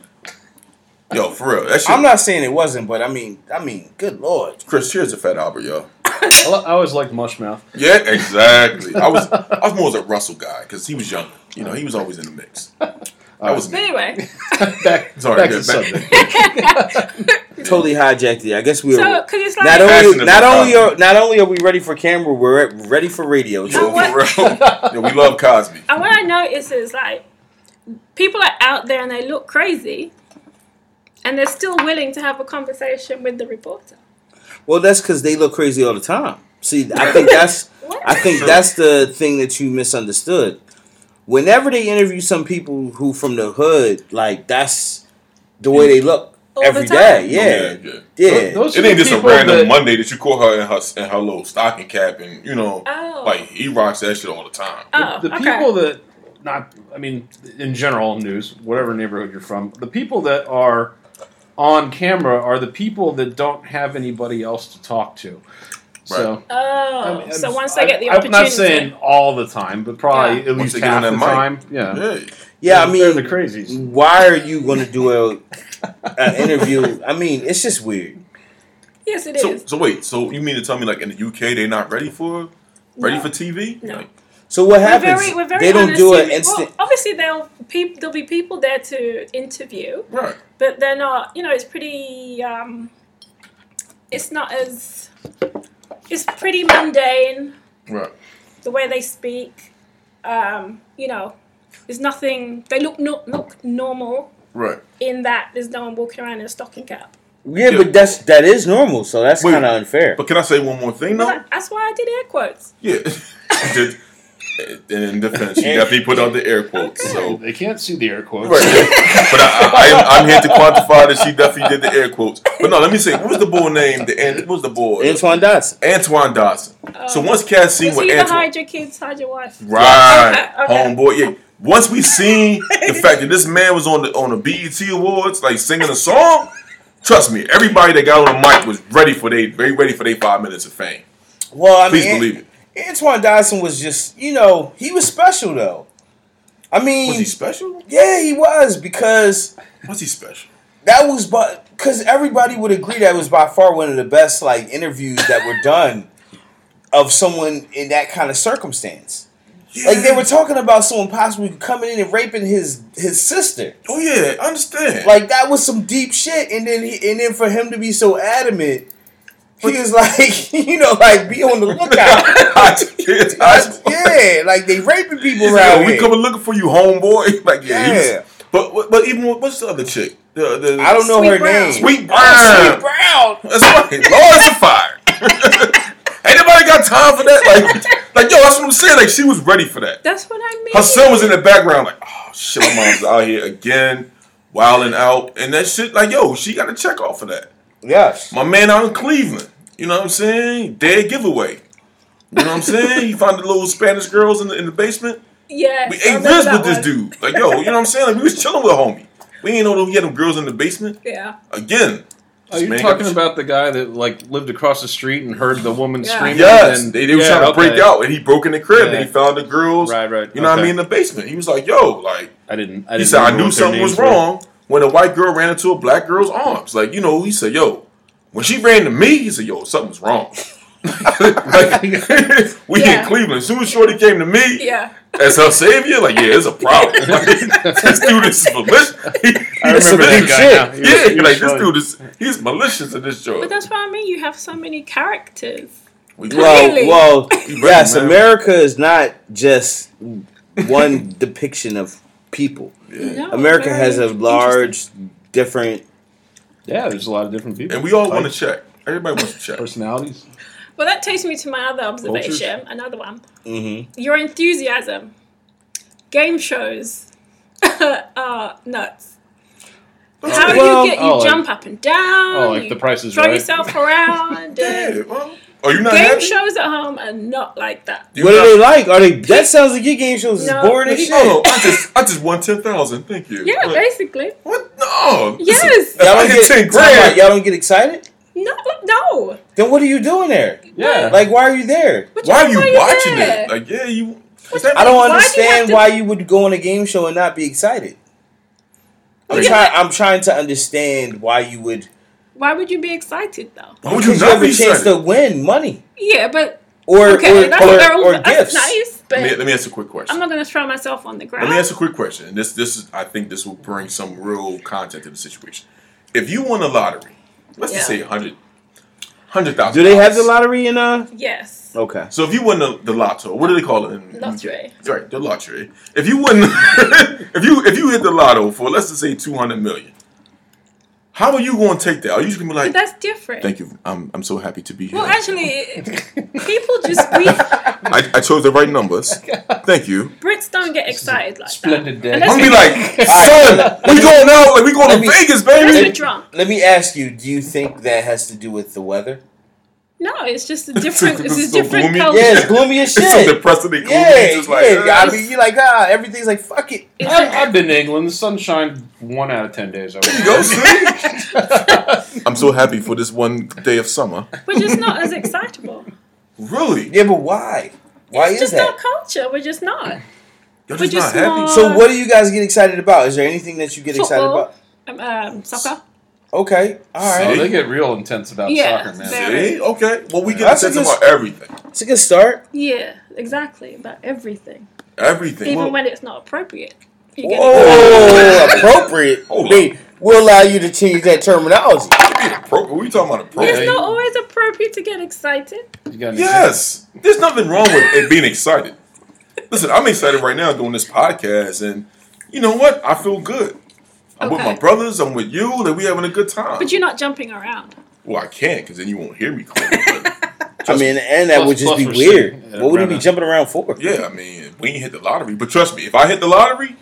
S3: Yo, for real, that shit.
S1: I'm not saying it wasn't, but I mean, I mean, good lord.
S3: Chris, cheers to Fat Albert, yo.
S4: I li- I always liked Mushmouth.
S3: Yeah, exactly. I was I was more as a Russell guy because he was younger. You know, he was always in the mix. That was
S2: But
S3: me.
S2: anyway,
S4: back,
S3: Sorry,
S4: back
S3: yeah,
S4: to
S3: back-
S4: subject.
S1: Totally hijacked it. I guess we
S2: so
S1: are
S2: because it's
S1: not
S2: like
S1: only
S3: Passionate
S1: not
S3: about
S1: only are not only are we ready for camera, we're ready for radio.
S3: Yo,
S1: too.
S2: what-
S3: for real. Yo, we love Cosby.
S2: And what I notice is like people are out there and they look crazy and they're still willing to have a conversation with the reporter.
S1: Well, that's because they look crazy all the time. See, I think that's
S2: What?
S1: I think that's the thing that you misunderstood. Whenever they interview some people who from the hood, like that's the way they look
S2: All the
S1: every day.
S2: time.
S1: Yeah,
S3: yeah.
S1: yeah.
S4: Those
S3: It
S4: are
S3: ain't
S4: the
S3: just a
S4: people
S3: random
S4: that-
S3: Monday that you call her in her in her little stocking cap and you know,
S2: Oh.
S3: like he rocks that shit all the time.
S2: Oh,
S4: the
S2: okay.
S4: people that not i mean in general news whatever neighborhood you're from the people that are on camera are the people that don't have anybody else to talk to so
S2: oh,
S4: I mean,
S2: so
S4: I'm-
S2: once they get the
S4: I-
S2: opportunity,
S4: I'm not saying all the time, but probably
S2: Yeah.
S4: at
S3: Once
S4: least
S3: they get on
S4: half the
S3: that mic.
S4: time. Yeah.
S3: Yeah,
S1: yeah. I
S4: they're the
S1: mean,
S4: crazies.
S1: why are you going to do a, a interview? I mean, it's just weird.
S2: yes, it is.
S3: So, so wait, so you mean to tell me like in the UK they're not ready for ready
S2: No.
S3: for TV?
S2: No.
S3: Like,
S1: So what
S2: We're
S1: happens?
S2: very, we're very
S1: they don't do an
S2: unassuming.
S1: instant.
S2: Well, obviously, there'll peop there'll be people there to interview,
S3: right.
S2: but they're not. You know, it's pretty. Um, it's not as. It's pretty mundane
S3: Right.
S2: the way they speak. Um, you know, there's nothing. They look no, look normal
S3: Right.
S2: in that there's no one walking around in a stocking cap.
S1: yeah,
S3: Yeah.
S1: but that's that is normal. So that's
S3: Wait.
S1: kind of unfair.
S3: But can I say one more thing though?
S2: That- That's why I did air quotes.
S3: Yeah. Did- in defense, you definitely put out the air quotes. So
S4: They can't see the air quotes.
S3: Right. but I, I, I, am here to quantify that she definitely did the air quotes. But no, let me say, what was the boy name? The An- what was the boy?
S1: Antoine Dotson.
S3: Antoine Dawson. so
S2: Um,
S3: once Cass seen
S2: Was
S3: what
S2: he the
S3: Antoine,
S2: hide your kids, hide your wife?
S3: right,
S2: Okay, okay.
S3: homeboy, yeah. Once we seen the fact that this man was on the on the BET Awards, like singing a song, trust me, everybody that got on the mic was ready for they very ready for their five minutes of fame.
S1: Well, I mean,
S3: Please believe it.
S1: Antoine Dodson was just, you know, he was special though. I mean,
S3: Was he special?
S1: yeah, he was because
S3: Was he special?
S1: that was but because everybody would agree that was by far one of the best like interviews that were done of someone in that kind of circumstance. Like they were talking about someone possibly coming in and raping his his sister.
S3: Oh yeah, I understand.
S1: Like that was some deep shit, and then he, and then for him to be so adamant, he was like, you know, like be on the lookout.
S3: hot kids, hot
S1: yeah, like they raping people
S3: He's
S1: around
S3: like, we
S1: here.
S3: coming looking for you, homeboy. Like yeah, he was-
S1: Yeah.
S3: but but even with- what's the other chick? The, the,
S1: I don't know
S2: Sweet
S1: her
S2: Brown.
S1: name.
S3: Sweet
S1: Oh,
S3: Brown.
S1: Sweet Brown.
S3: That's right. Lord of fire. Ain't nobody got time for that. Like like yo, that's what I'm saying. Like she was ready for that.
S2: That's what I mean.
S3: Her son was in the background, like, oh shit, my mom's out here again, wilding out, and that shit, like, yo, she got a check off of that.
S1: Yes.
S3: My man out in Cleveland, you know what I'm saying? Dead giveaway. You know what I'm saying? He found the little Spanish girls in the, in the basement.
S2: yeah.
S3: We
S2: I
S3: ate
S2: remember
S3: ribs
S2: that
S3: with this
S2: one.
S3: dude. Like, yo, you know what I'm saying? Like, we was chilling with homie. We ain't know that we had them girls in the basement
S2: Yeah.
S3: again.
S4: Are you
S3: This man
S4: talking
S3: got-
S4: about the guy that like lived across the street and heard the woman
S2: Yeah.
S4: screaming?
S3: Yes,
S4: and-
S3: they, they was
S4: Yeah,
S3: trying to break
S4: okay.
S3: out, and he broke in the crib,
S4: Yeah.
S3: and he found the girls.
S4: Right, right,
S3: You know what I
S4: okay.
S3: mean? In the basement, he was like, "Yo, like,
S4: I didn't. I
S3: He
S4: didn't
S3: said, I
S4: remember
S3: knew
S4: what their
S3: something was
S4: names were.
S3: wrong when a white girl ran into a black girl's arms. Like, you know, he said, yo, when she ran to me, he said, yo, something's wrong. Like, we
S2: Yeah.
S3: in Cleveland. As soon as Shorty came to me
S2: Yeah.
S3: as her savior, like, yeah, it's a problem. Like, this dude is malicious. He,
S4: I
S3: he's
S4: remember
S1: big
S3: malicious.
S4: that guy.
S1: shit.
S4: now. He was-
S3: yeah,
S4: he was
S3: like, this
S4: funny.
S3: dude is, he's malicious in this
S2: But
S3: job.
S2: that's what I mean. You have so many characters.
S3: We
S2: Really?
S1: Well, well,
S3: You ready,
S1: yes.
S3: man?
S1: America is not just one depiction of people.
S2: No,
S1: America
S2: very
S1: has a
S2: interesting.
S1: large, different.
S4: Yeah, there's a lot of different people.
S3: And we all want to check. Everybody wants to check.
S4: personalities.
S2: Well, that takes me to my other observation. Another one.
S1: Mhm.
S2: Your enthusiasm. Game shows are nuts. How
S1: Well,
S2: you get you
S4: oh, like-
S2: jump up and down.
S4: Oh, like
S2: you
S4: the Price is
S2: throw
S4: Right.
S2: yourself around.
S3: Yeah,
S2: and
S3: well, are Oh, you not
S2: game
S3: happy?
S2: shows at home are not like that.
S3: You
S1: What
S3: not-
S1: are they like? Are they? That sounds like your game shows is
S2: No.
S1: boring as shit.
S3: Oh, I just, I just won ten thousand. Thank you.
S2: Yeah,
S3: Like,
S2: basically.
S3: What? No.
S2: Yes.
S3: Listen,
S1: Y'all
S3: if I
S1: don't
S3: get
S1: get
S3: ten
S1: time out,
S3: grand.
S1: Y'all don't get excited.
S2: No, no.
S1: Then what are you doing there?
S4: Yeah,
S1: Like, why are you there?
S2: What
S3: Why are you
S2: why
S3: watching
S2: there?
S3: it? Like, yeah, you.
S2: What
S3: is that-
S2: the-
S1: I don't
S2: Why do you have
S1: understand
S2: to-
S1: why you would go on a game show and not be excited. I'm,
S2: Okay.
S1: try- I'm trying to understand why you would.
S2: Why would you be excited though?
S3: Why would you
S1: Because you
S3: not
S1: have a
S3: be
S1: chance
S3: excited?
S1: to win money
S2: Yeah, but
S1: or
S2: okay,
S1: or,
S2: that's,
S1: or,
S2: very,
S1: or
S2: that's
S1: gifts.
S2: nice. But
S3: Let me, let me ask you a quick question.
S2: I'm not gonna throw myself on the ground.
S3: Let me ask you a quick question. And this, this is, I think, this will bring some real content to the situation. If you won a lottery, let's just
S2: Yeah.
S3: say a hundred, hundred thousand.
S1: Do they have the lottery in uh?
S2: yes.
S1: Okay.
S3: So if you win the, the lotto, what do they call it? In,
S2: Lottery.
S3: Right, the lottery. If you win, if you if you hit the lotto for let's just say two hundred million, how are you going to take that? Are you just going to be like,
S2: But that's different.
S3: Thank you. I'm, I'm so happy to be here.
S2: Well, actually, people just we
S3: I, I chose the right numbers.
S1: Oh
S3: Thank you.
S2: Brits don't get excited like
S4: splendid
S2: that.
S4: day.
S2: Unless
S3: I'm gonna
S2: we-
S3: be like, son, we going out like we going
S1: Let
S3: to
S1: me-
S3: Vegas,
S2: unless we're
S3: baby.
S2: drunk.
S1: Let me ask you: Do you think that has to do with the weather?
S2: No, it's just a different.
S3: so-
S2: It's
S3: it's
S2: a
S3: so
S2: different
S3: gloomy.
S2: culture.
S1: Yeah, it's gloomy as
S3: It's so
S1: shit.
S3: depressing. and gloomy,
S1: Yeah,
S3: just like,
S1: yeah. I
S3: uh,
S1: mean, you're like, ah, everything's like, fuck it.
S2: It's
S4: I've,
S2: a-
S4: I've been to England. The sun shined one out of ten days. Over
S3: you go, see? I'm so happy for this one day of summer.
S2: we're just not as excitable.
S3: Really?
S1: Yeah, but why? Why
S2: it's
S1: is
S2: just
S1: that?
S2: our culture. We're just not.
S3: You're
S2: We're
S3: just not
S2: just
S3: happy.
S2: not-
S1: So, what do you guys get excited about? Is there anything that you get excited
S2: Football.
S1: about?
S2: Um, um, soccer.
S1: Okay, all
S4: Oh,
S1: right,
S4: they get real intense about
S2: Yeah,
S4: soccer, man.
S2: very-
S3: See? Okay. Well, we get
S1: That's
S3: obsessed
S1: just-
S3: about everything.
S1: it's a good start.
S2: Yeah, exactly. About everything,
S3: Everything.
S2: even
S3: Well,
S2: when it's not appropriate. You
S3: Oh,
S2: get
S1: Whoa,
S2: excited.
S1: appropriate.
S3: Hold
S1: They will allow you to change that terminology.
S3: appro- we talking about
S2: It's
S3: appropriate.
S2: not always appropriate to get excited.
S4: You got an
S3: Yes. There's nothing wrong with it being excited. Listen, I'm excited right now doing this podcast, and you know what? I feel good. I'm with
S2: Okay.
S3: my brothers. I'm with you. That we having a good time.
S2: But you're not jumping around.
S3: well, I can't because then you won't hear me. Clearly, but
S1: I mean, and that
S4: Plus-
S1: would just
S4: plus
S1: be
S4: we're
S1: weird.
S4: sitting, uh,
S1: What would he be
S4: around.
S1: jumping around for?
S3: yeah, I mean, we ain't hit the lottery. But trust me, if I hit the lottery,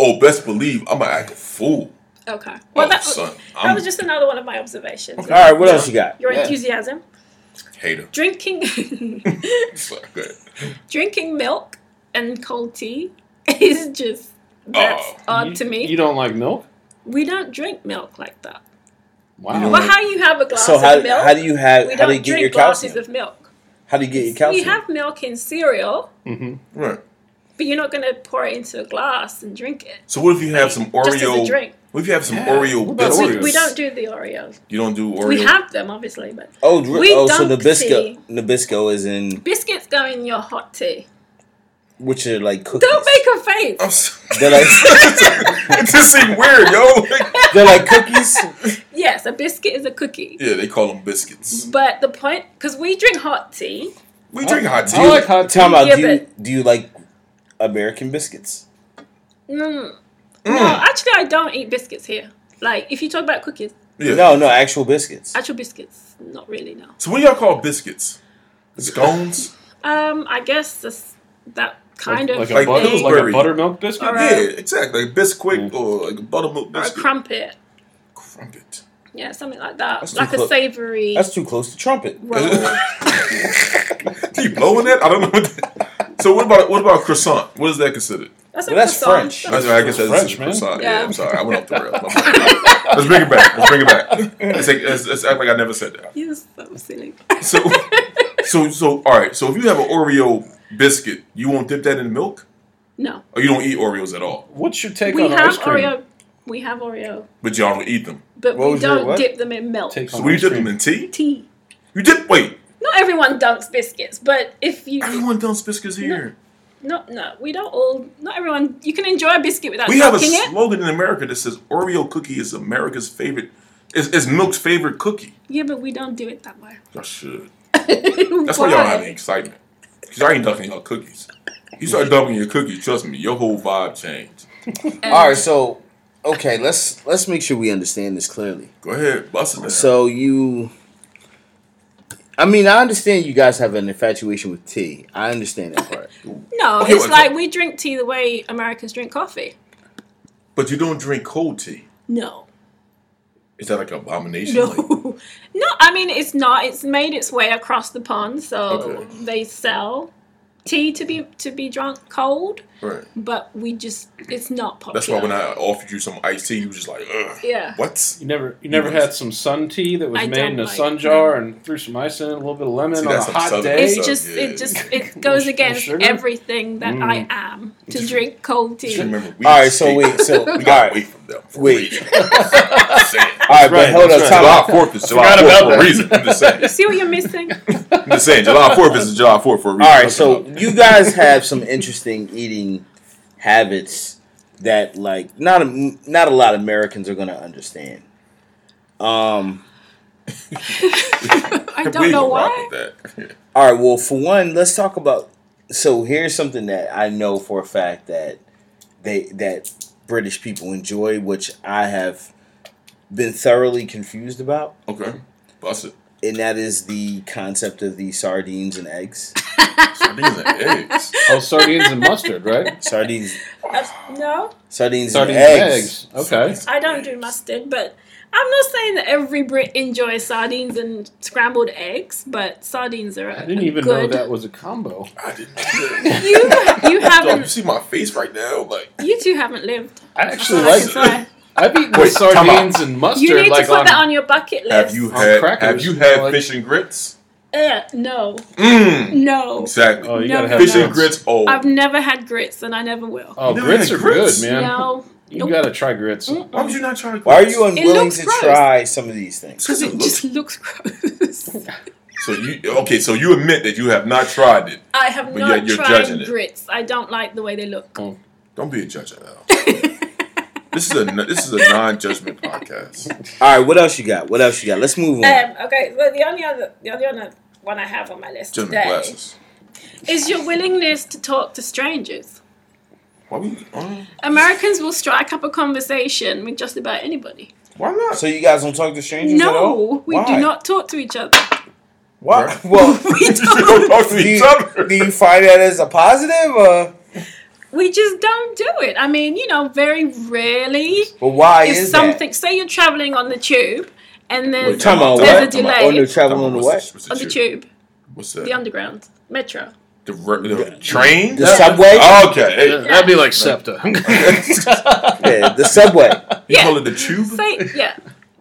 S3: oh, best believe I'm gonna act a fool.
S2: Okay. Well,
S3: Oh,
S2: that, was,
S3: son,
S2: that
S3: I'm-
S2: was just another one of my observations.
S1: All right, what else you got?
S2: Your
S4: Yeah.
S2: enthusiasm.
S3: Hater.
S2: Drinking
S3: Sorry, go ahead.
S2: drinking milk and cold tea is just that's
S3: Oh.
S2: odd
S4: You-
S2: Uh, to me.
S4: You don't like milk?
S2: we don't drink milk like that.
S4: Wow.
S3: You
S2: Well, how you have a glass
S1: So how,
S2: of milk?
S1: how do you have
S2: we
S1: how
S2: don't
S1: do you get
S2: drink
S1: your
S2: glasses
S1: calcium?
S2: of milk.
S1: How do you get your
S2: We
S1: calcium?
S2: have milk in cereal,
S4: Mhm.
S3: Right.
S2: But you're not going to pour it into a glass and drink it.
S3: So what if you have some
S2: Just as a
S3: Oreo?
S2: drink.
S3: What if you have some
S4: Yeah. What
S3: Oreo
S4: about
S3: biscuits?
S2: We,
S4: Oreos.
S2: we don't do the Oreos.
S3: You don't do Oreo.
S2: We have them, obviously, but
S1: Oh, dr-
S2: We
S1: oh so
S2: dunk
S1: Nabisco, Nabisco is in,
S2: biscuits go in your hot tea.
S1: which are like cookies.
S2: Don't make a face.
S1: Oh.
S3: I'm so-
S1: They're like,
S3: it just seemed weird, yo. Like-
S1: they're like cookies.
S2: Yes, a biscuit is a cookie.
S3: yeah, they call them biscuits.
S2: But the point, because we drink hot tea,
S3: We drink hot tea.
S4: I
S1: Oh,
S4: like hot
S1: Tell me,
S2: Yeah,
S1: do, you, do you like American biscuits?
S2: Mm. No, actually, I don't eat biscuits here. Like, if you talk about cookies,
S3: yeah.
S1: No, no, actual biscuits.
S2: actual biscuits, not really. No.
S3: So what do y'all call biscuits? Scones?
S2: Um, I guess this, that kind
S4: like, like,
S2: of
S4: a
S3: Like
S4: butter,
S2: thing,
S4: like a
S3: Pillsbury.
S4: buttermilk biscuit.
S2: All
S3: yeah,
S2: right.
S3: exactly. Like Bisquick or like a buttermilk
S2: or a
S3: biscuit.
S2: crumpet,
S3: Crumpet.
S2: yeah, something like that,
S1: That's
S2: like
S1: too
S2: a
S1: clo-
S2: savory.
S1: That's too close to trumpet.
S2: roll.
S3: Are you blowing that? I don't know. What that, so what about what about croissant? What is that considered?
S2: That's, a
S1: Well, that's
S2: croissant.
S1: French.
S3: That's, I guess that's
S4: French,
S3: considered
S4: man.
S3: croissant. Yeah.
S2: Yeah.
S3: I'm sorry. I went off the rails. I'm sorry. let's bring it back. Let's bring it back. Let's, take, let's, let's act like I never said that.
S2: You're so silly.
S3: So, so, so, all right. So if you have an Oreo biscuit, you won't dip that in milk,
S2: No,
S3: or you don't eat Oreos at all,
S4: What's your take
S2: we
S4: on
S2: have
S4: ice cream?
S2: Oreo. We have Oreo,
S3: but y'all don't eat them.
S2: but
S1: What
S2: we
S1: was your
S2: don't
S1: what?
S2: dip them in milk.
S4: Take
S3: So
S4: on
S3: we
S4: ice
S3: dip them
S4: cream.
S3: in tea.
S2: Tea.
S3: You dip. Wait,
S2: Not everyone dunks biscuits, but if you
S3: everyone dumps biscuits here.
S2: not no, we don't all. Not everyone. You can enjoy a biscuit without
S3: We have a
S2: dunking it.
S3: slogan in America that says Oreo cookie is America's favorite, is, is milk's favorite cookie.
S2: Yeah, but we don't do it that way.
S3: Y'all should. That's why y'all have the excitement. Because y'all ain't dunking y'all cookies. You start dunking your cookies, trust me, your whole vibe changed.
S1: All right, so okay, let's let's make sure we understand this clearly.
S3: Go ahead, bust it down.
S1: So you, I mean, I understand you guys have an infatuation with tea. I understand that part.
S2: No,
S3: Okay,
S2: it's
S3: wait,
S2: like
S3: so-
S2: we drink tea the way Americans drink coffee.
S3: but you don't drink cold tea.
S2: No.
S3: Is that like an abomination? Like,
S2: No. No, I mean it's not. It's made its way across the pond, so
S3: Okay.
S2: they sell tea to be to be drunk cold,
S3: right.
S2: but we just it's not popular.
S3: That's why when I offered you some iced tea, you was just like, ugh.
S2: Yeah.
S3: What?
S4: You never, you never had some sun tea that was
S2: I
S4: made
S2: don't
S4: in a
S2: like-
S4: sun jar and threw some ice in it, a little bit of lemon
S3: See,
S4: on a
S3: that's some
S4: hot
S3: southern
S4: day.
S2: it's
S3: so,
S2: just
S3: yeah.
S2: it just it Mm. goes
S4: More-
S2: against
S4: more sugar?
S2: everything that I am to drink cold
S3: Just
S2: tea.
S3: remember, we
S1: All right, so
S3: escaped.
S1: wait, so all
S3: We got away
S1: right,
S3: from them. For
S1: Wait.
S3: wait. Just saying.
S1: all right, but hold on,
S3: July
S1: time out.
S3: 4th is July
S1: forgot
S3: 4th
S1: about
S3: for a
S1: that.
S3: reason. I'm just saying.
S2: You see what you're missing?
S3: I'm just saying. July 4th is July 4th for a reason.
S1: All right, so you guys have some interesting eating habits that like not a, not a lot of Americans are going to understand. Um
S2: I don't know why.
S1: all right, well for one, let's talk about so here's something that I know for a fact that they that British people enjoy which I have been thoroughly confused about
S3: Okay. Bust it.
S1: and that is the concept of the sardines and eggs.
S3: Sardines and eggs.
S4: oh, sardines and mustard, right?
S1: Sardines
S2: Uh, no,
S1: sardines,
S4: Sardines
S1: and eggs.
S4: and eggs. Okay.
S2: I don't do mustard, but I'm not saying that every Brit enjoys sardines and scrambled eggs, but sardines are a,
S4: I didn't even know
S2: good.
S4: that was a combo.
S3: I didn't.
S2: You you
S3: Don't you
S2: haven't
S3: see my face right now? Like,
S2: you two haven't lived.
S4: I actually
S2: That's
S4: like.
S2: all I can say.
S4: I've eaten
S3: Wait, time
S4: sardines and mustard.
S2: You need
S4: like
S2: to put that on your bucket list.
S3: have you
S4: On
S3: had
S4: crackers,
S3: have you had
S4: like-
S3: fish and grits?
S2: Eh, no,
S3: Mmm.
S2: no.
S3: Exactly.
S4: Oh, you
S2: No,
S4: gotta
S2: no,
S4: have
S3: fish
S2: no.
S3: and grits. Oh,
S2: I've never had grits, and I never will.
S4: Oh,
S3: Never
S4: grits
S3: had
S4: are
S3: grits?
S4: good, man.
S2: No, Mm.
S4: You
S2: Nope.
S4: gotta try grits.
S3: why would you not try?
S1: Why are you unwilling
S2: looks
S1: to
S2: gross.
S1: try some of these things?
S3: Because
S2: it just looks gross.
S3: So you okay? So you admit that you have not tried it.
S2: I have
S3: But
S2: not
S3: yet you're judging
S2: tried
S3: it.
S2: grits. I don't like the way they look. Um,
S4: Oh,
S3: Don't be a judge at all. this is a this is a non-judgment podcast.
S1: All right, what else you got? What else you got? Let's move on.
S2: Um, okay, well, the only other, the only other one I have on my list
S3: Gentlemen
S2: today
S3: glasses.
S2: is your willingness to talk to strangers.
S3: Why we? Uh,
S2: Americans will strike up a conversation with just about anybody.
S3: why not?
S1: so you guys don't talk to strangers at all?
S2: No, we
S1: Why?
S2: do not talk to each other.
S1: Why? Well,
S2: We
S3: don't
S2: don't.
S3: talk to
S1: do
S3: each
S1: you,
S3: other.
S1: do you find that as a positive? Or,
S2: we just don't do it. I mean, you know, very rarely
S1: but why
S2: if
S1: is
S2: something. Say you're traveling on the tube, and
S3: Wait,
S1: that?
S2: there's
S1: Come on,
S2: There's a
S1: what?
S2: delay.
S1: On the travel on the
S3: What's
S1: what?
S3: what's
S2: on the
S3: tube?
S2: tube,
S3: What's
S2: the
S3: that?
S2: underground metro.
S3: The, re- the train.
S1: The subway?
S3: Oh. okay.
S4: that'd be like SEPTA.
S1: Yeah, the subway.
S3: You
S2: Yeah.
S3: call it the tube?
S2: Say yeah,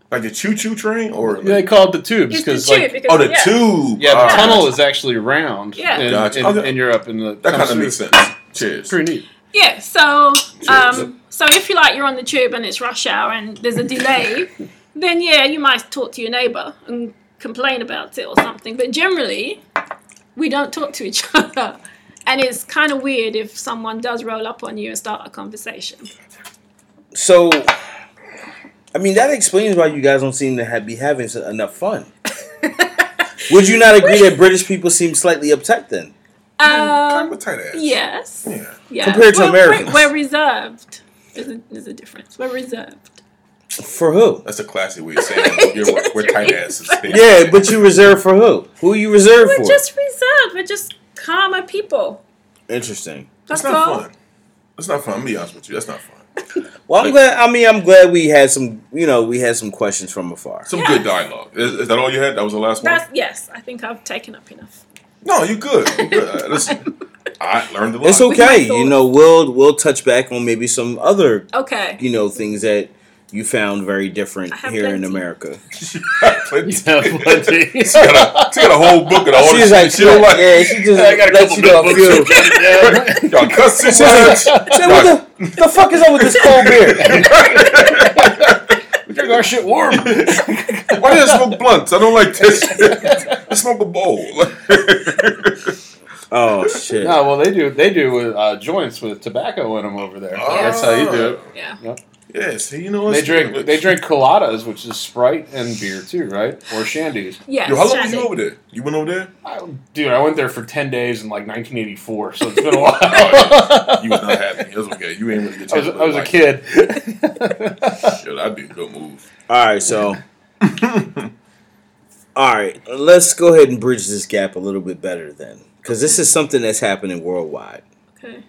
S3: Like the choo-choo train, or
S4: they call it the tubes
S2: it's the
S4: because
S2: tube
S4: like
S2: because
S3: oh, the
S2: yeah.
S3: tube.
S4: Yeah, the
S3: Ah,
S4: tunnel is actually round
S2: Yeah.
S4: in,
S3: Gotcha.
S4: in,
S3: Okay.
S4: in Europe. In the
S3: That kind of makes sense. Cheers.
S4: Pretty neat.
S2: Yeah, so
S3: Cheers.
S2: um, so if you like, you're on the tube and it's rush hour and there's a delay, then yeah, you might talk to your neighbour and complain about it or something. But generally, we don't talk to each other, and it's kind of weird if someone does roll up on you and start a conversation.
S1: So, I mean, that explains why you guys don't seem to ha be having s- enough fun. Would you not agree that British people seem slightly uptight then?
S3: Kind of a
S2: Um,
S3: tight ass.
S2: yes,
S3: Yeah.
S2: yeah.
S1: Compared to
S2: we're, we're-
S1: Americans.
S2: we're, reserved. There's a, there's a difference. We're reserved.
S1: For who?
S3: That's a classy way of saying it. You're, we're, we're tight asses.
S1: Yeah, but you reserved for who? Who you reserved
S2: We're
S1: for?
S2: just reserved. We're just calmer people.
S1: Interesting.
S2: That's
S3: That's not
S2: all.
S3: fun. That's not fun. I'm gonna be honest with you. That's not fun.
S1: Well, I'm glad. I mean, I'm glad we had some. You know, we had some questions from afar.
S3: Some
S2: Yeah.
S3: good dialogue. Is, is that all you had? That was the last
S2: That's
S3: one.
S2: yes. I think I've taken up enough.
S3: No, you good. You good. Uh, Listen, I learned a lot.
S1: It's
S2: With my
S1: okay. You
S2: thoughts.
S1: know, we'll we'll touch back on maybe some other
S2: Okay.
S1: you know things that you found very different
S2: I have
S1: here in
S2: plenty.
S1: America.
S3: Plenty.
S4: You have plenty.
S3: She got, a, she got a whole book of all
S1: She's
S3: this
S1: like,
S3: shit. Oh, She don't like
S1: yeah, she just lets you know a few.
S3: Y'all cuss this out.
S1: Say, what the, the fuck is up with this cold beer?
S4: we got our shit warm.
S3: Why do you smoke blunts? I don't like this. I smoke a bowl.
S1: Oh shit!
S4: No, well they do. They do with uh, joints with tobacco in them over there. That's how you do it.
S2: Yeah.
S3: Yeah, see, you know what?
S4: They drink. They drink coladas, which is Sprite and beer too, right? Or shandies.
S2: Yes.
S3: Yo, how long
S2: Shazzy.
S3: was you over there? You went over there?
S4: I, dude, I went there for ten days in like 1984, so it's been a while. I
S3: You was not happy. That's okay. You ain't really get
S4: was,
S3: chance to
S4: I was a
S3: like-
S4: kid.
S3: Yo, that'd be a good move.
S1: All right, so all right, let's go ahead and bridge this gap a little bit better then, because this is something that's happening worldwide,
S2: Okay.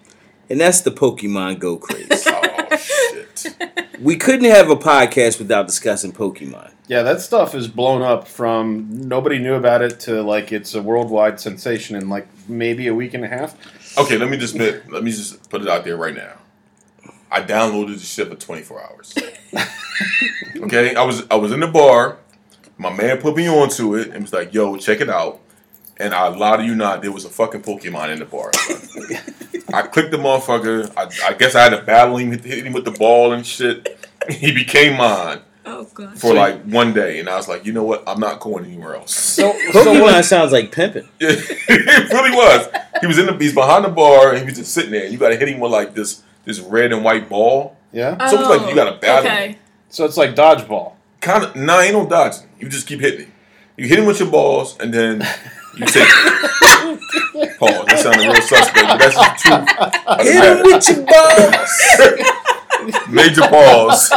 S1: and that's the Pokemon Go craze.
S3: Oh shit!
S1: we couldn't have a podcast without discussing Pokemon.
S4: yeah, that stuff is blown up from nobody knew about it to like it's a worldwide sensation in like maybe a week and a half.
S3: Okay, let me just admit, let me just put it out there right now. I downloaded the shit for 24 hours. okay, I was I was in the bar. My man put me onto it and was like, "Yo, check it out." And I lie to you not, there was a fucking Pokemon in the bar. son. I clicked the motherfucker. I, I guess I had to battle him, hit, hit him with the ball and shit. He became mine
S2: Oh god.
S3: for like one day, and I was like, you know what? I'm not going anywhere else.
S4: So, so
S1: Pokemon
S4: what,
S1: sounds like pimping.
S3: it really was. He was in the he's behind the bar and he was just sitting there. And you got to hit him with like this this red and white ball.
S4: yeah,
S3: So it's like you gotta battle.
S2: Oh, Okay.
S4: so it's like dodgeball.
S3: Kind of nah, ain't no dodging. You just keep hitting. Him. You hit him with your balls and then you take. it. Pause. That sounded real suspect, but that's the truth. of the
S1: Hit 'em
S3: matter.
S1: with your balls.
S3: Major pause.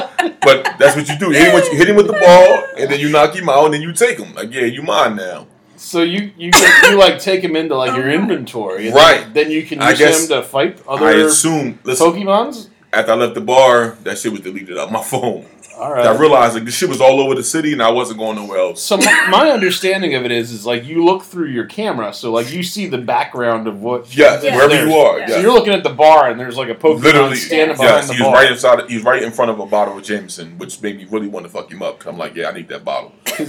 S3: But that's what you do. You hit, him with, you hit him with the ball and then you knock him out and then you take him. Like yeah, you mine now.
S4: So you you take, you like take him into like your inventory, and then-
S3: Right.
S4: Then, you can
S3: I
S4: use
S3: guess-
S4: him to fight other
S3: I assume. Listen,
S4: Pokemons.
S3: after I left the bar, that shit was deleted off my phone.
S4: All
S3: I realized like this shit was all over the city and I wasn't going nowhere else.
S4: So my, my understanding of it is, is like you look through your camera, so like you see the background of what.
S3: Yes,
S2: Yeah.
S3: wherever
S4: There's-
S3: you are.
S2: So
S3: Yes.
S4: So you're looking at the bar, and there's like a Pokemon
S3: Literally,
S4: standing behind
S3: yes,
S4: the
S3: he was
S4: bar.
S3: right inside. He was right in front of a bottle of Jameson, which made me really want to fuck him up. Cause I'm like, yeah, I need that bottle. so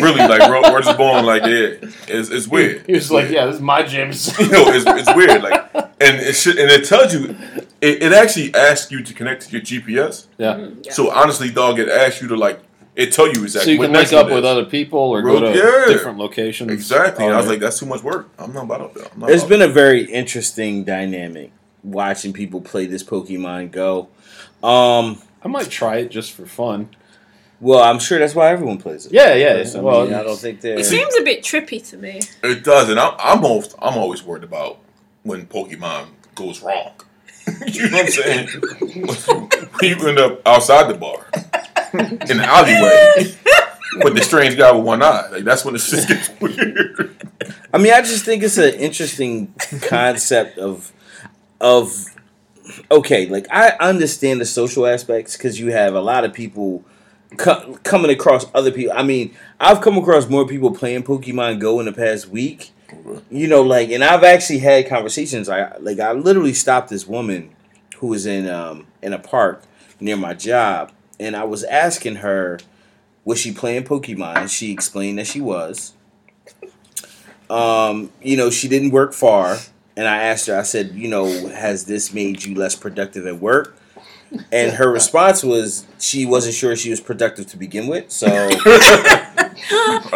S3: really, like, where- where's the bone? Like, yeah, it's, it's weird.
S4: he was like, "Yeah, this is my Jameson."
S3: you know, it's, it's weird. Like, and it should, and it tells you, it, it actually asks you to connect to your GPS.
S4: yeah,
S2: Yeah.
S3: So honestly, dog, it asks you to like, it tell you exactly.
S4: so you
S3: what
S4: can
S3: next
S4: link up
S3: it is.
S4: with other people or
S3: Real-
S4: go to
S3: yeah.
S4: different locations. Um,
S3: Exactly.
S4: All
S3: And I was
S4: right.
S3: like, that's too much work. I'm not about that. I'm not
S1: It's
S3: about
S1: been a very interesting dynamic watching people play this Pokemon Go. Um,
S4: I might try it just for fun.
S1: well, I'm sure that's why everyone plays it.
S4: Yeah, yeah.
S1: I, mean,
S4: well,
S1: I don't think they're.
S2: It seems a bit trippy to me.
S3: It does, and I'm I'm always, I'm always worried about when Pokemon goes wrong. you know what I'm saying? when you end up outside the bar in the alleyway with the strange guy with one eye, like that's when the shit gets weird.
S1: I mean, I just think it's an interesting concept of of okay, like I understand the social aspects because you have a lot of people co- coming across other people. I mean, I've come across more people playing Pokemon Go in the past week. You know, like, and I've actually had conversations. I like, I literally stopped this woman who was in um in a park near my job, and I was asking her, was she playing Pokemon? She explained that she was. Um, you know, she didn't work far. and I asked her, I said, you know, has this made you less productive at work? And her response was she wasn't sure she was productive to begin with. So
S3: I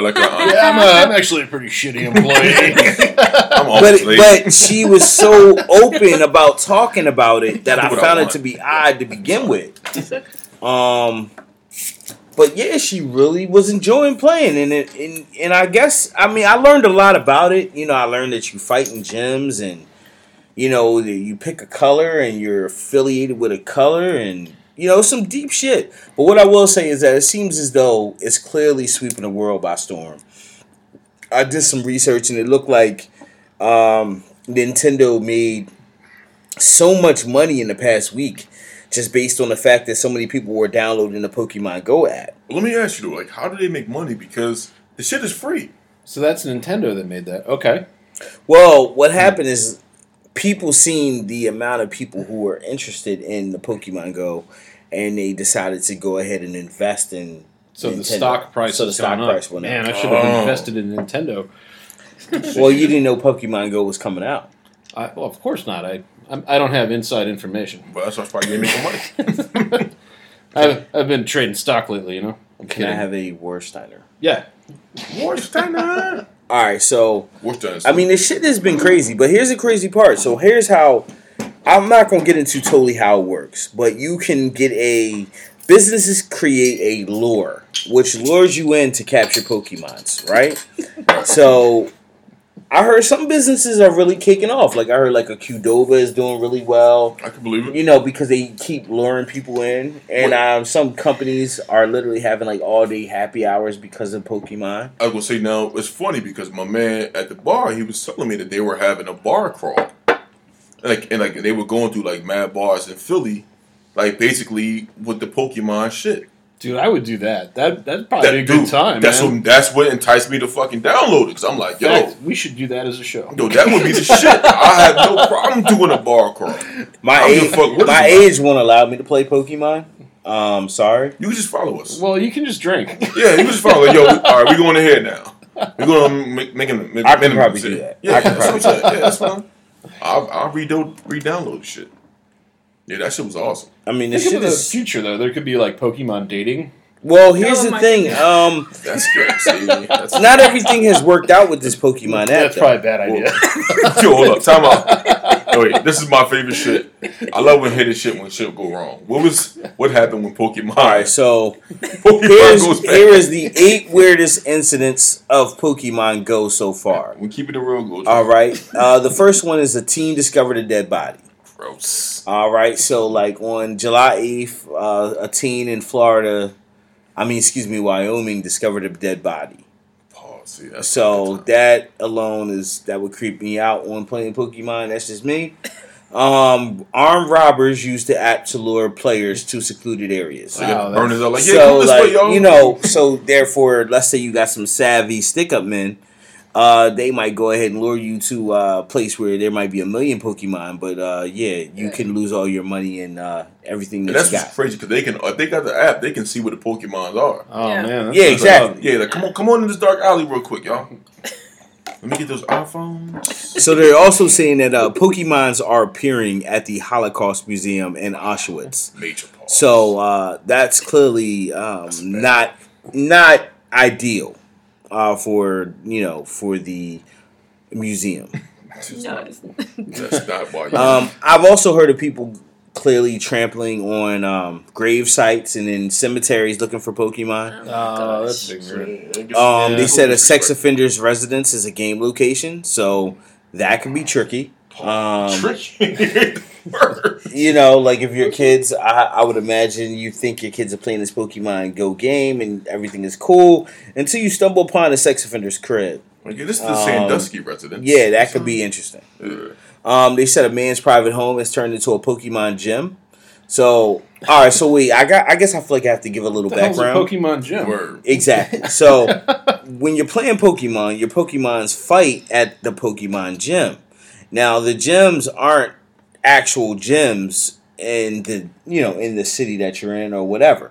S3: like that.
S5: Yeah, I'm, a, I'm actually a pretty shitty employee.
S3: I'm
S1: but
S3: always late.
S1: but she was so open about talking about it that I
S3: What I
S1: found it
S3: want.
S1: to be odd to begin with. Um but yeah, she really was enjoying playing and it and, and I guess I mean I learned a lot about it. You know, I learned that you fight in gyms and you know, that you pick a color and you're affiliated with a color and you know, some deep shit. But what I will say is that it seems as though it's clearly sweeping the world by storm. I did some research and it looked like um, Nintendo made so much money in the past week just based on the fact that so many people were downloading the Pokemon Go app.
S3: Let me ask you though, like, how do they make money? Because the shit is free.
S4: So that's Nintendo that made that. Okay.
S1: Well, what happened is people seen the amount of people who were interested in the Pokemon Go and they decided to go ahead and invest in
S4: So the
S1: Nintendo.
S4: stock price.
S1: So the
S4: has
S1: stock
S4: gone up.
S1: price went up.
S4: Man, I should have
S3: Oh.
S4: invested in Nintendo.
S1: Well, you didn't know Pokemon Go was coming out.
S4: I, well, of course not. I I'm, I don't have inside information.
S3: But that's why probably they make the money.
S4: I've, I've been trading stock lately. You know. I'm
S1: Can I
S4: kidding.
S1: have a Warsteiner?
S4: Yeah.
S3: Warsteiner.
S1: All right, so
S3: Warsteiner.
S1: I mean, this shit has been crazy, but here's the crazy part. So here's how I'm not gonna get into totally how it works, but you can get a businesses create a lure, which lures you in to capture Pokemons, right? so I heard some businesses are really kicking off. Like I heard like a Qdoba is doing really well.
S3: I can believe it.
S1: You know, because they keep luring people in, and um, some companies are literally having like all day happy hours because of Pokemon.
S3: I will say now it's funny because my man at the bar he was telling me that they were having a bar crawl, like and like they were going through like mad bars in Philly, like basically with the Pokemon shit.
S4: Dude, I would do that. That that'd probably
S3: That
S4: be Oh, a good
S3: dude,
S4: time.
S3: that's
S4: man.
S3: what that's what enticed me to fucking download it because I'm like, yo,
S4: Fact, we should do that as a show.
S3: yo, that would be the shit. I have no problem doing a bar crawl.
S1: My
S3: I don't give a
S1: age,
S3: fuck what
S1: my
S3: it
S1: age won't allow me to play Pokemon. Um, sorry.
S3: You can just follow us.
S4: Well, you can just drink.
S3: Yeah, you just follow. Like, yo, we, all right, we going ahead now. We're going to make, make, an- make
S1: I can
S3: minimum
S1: probably
S3: shit.
S1: do that.
S3: Yeah,
S1: I can
S3: that's what I'm saying. Yeah, that's fine. I'll, I'll redo, re-download the shit. Yeah, that shit was awesome.
S1: I mean, this
S4: Think of
S1: shit
S4: the
S1: is.
S4: future though. There could be like Pokemon dating.
S1: Well, here's
S2: Oh
S1: the
S2: my
S1: thing. Um,
S3: That's good. See, that's
S1: not everything has worked out with this Pokemon app.
S5: That's
S1: though.
S5: probably a bad idea.
S3: Yo, hold up. Time out. No, wait, this is my favorite shit. I love when hated shit when shit go wrong. What was what happened when Pokemon?
S1: All right, so
S3: Pokemon
S1: here's
S3: goes back.
S1: here is the eight weirdest incidents of Pokemon Go so far.
S3: we keep it a real good.
S1: All right, uh, the first one is a teen discovered a dead body.
S3: gross.
S1: All right, so like on July 8th, uh, a teen in Florida, I mean, excuse me, Wyoming, discovered a dead body.
S3: Pause. See, that's
S1: So that alone is that would creep me out when playing Pokemon. That's just me. Um, armed robbers use the app to lure players to secluded areas.
S3: so you
S4: Wow,
S3: burn it up like yeah,
S1: so,
S3: come this
S1: like
S3: way, yo.
S1: you know, so therefore, let's say you got some savvy stick-up men. Uh, they might go ahead and lure you to uh, a place where there might be a million Pokemon, but uh, yeah, you can lose all your money and uh, everything
S3: And
S1: that
S3: that's
S1: you
S3: what's
S1: got.
S3: crazy because they can if they got the app, they can see where the Pokemons are.
S4: Oh
S2: Yeah.
S4: man. that
S1: Yeah,
S4: sounds
S1: exactly.
S4: like-
S3: Yeah, like come on, come on in this dark alley real quick, y'all. Let me get those iPhones.
S1: So they're also saying that uh, Pokemons are appearing at the Holocaust Museum in Auschwitz.
S3: Major pause.
S1: So uh, that's clearly um, not not ideal uh, for you know for the museum.
S2: No, it's
S3: that's not why. You
S1: Um, I've also heard of people clearly trampling on um, grave sites and in cemeteries looking for Pokemon.
S4: Oh, that's
S2: Gosh.
S4: ignorant.
S3: Oh.
S1: Um,
S4: Yeah.
S1: they said a sex offender's residence is a game location, so that can be tricky. Um,
S3: Tricky. Word.
S1: you know, like if your kids, I, I would imagine you think your kids are playing this Pokemon Go game and everything is cool until you stumble upon a sex offender's crib.
S3: Like, this is the
S1: Um,
S3: Sandusky residence.
S1: Yeah, that could be interesting.
S3: Ugh.
S1: Um, they said a man's private home has turned into a Pokemon gym. So, all right, so wait, I got. I guess I feel like I have to give a little
S4: What the hell's a
S1: background.
S4: Pokemon gym.
S3: Word.
S1: Exactly. So, when you're playing Pokemon, your Pokemon's fight at the Pokemon gym. Now, the gyms aren't actual gyms in the you know in the city that you're in or whatever.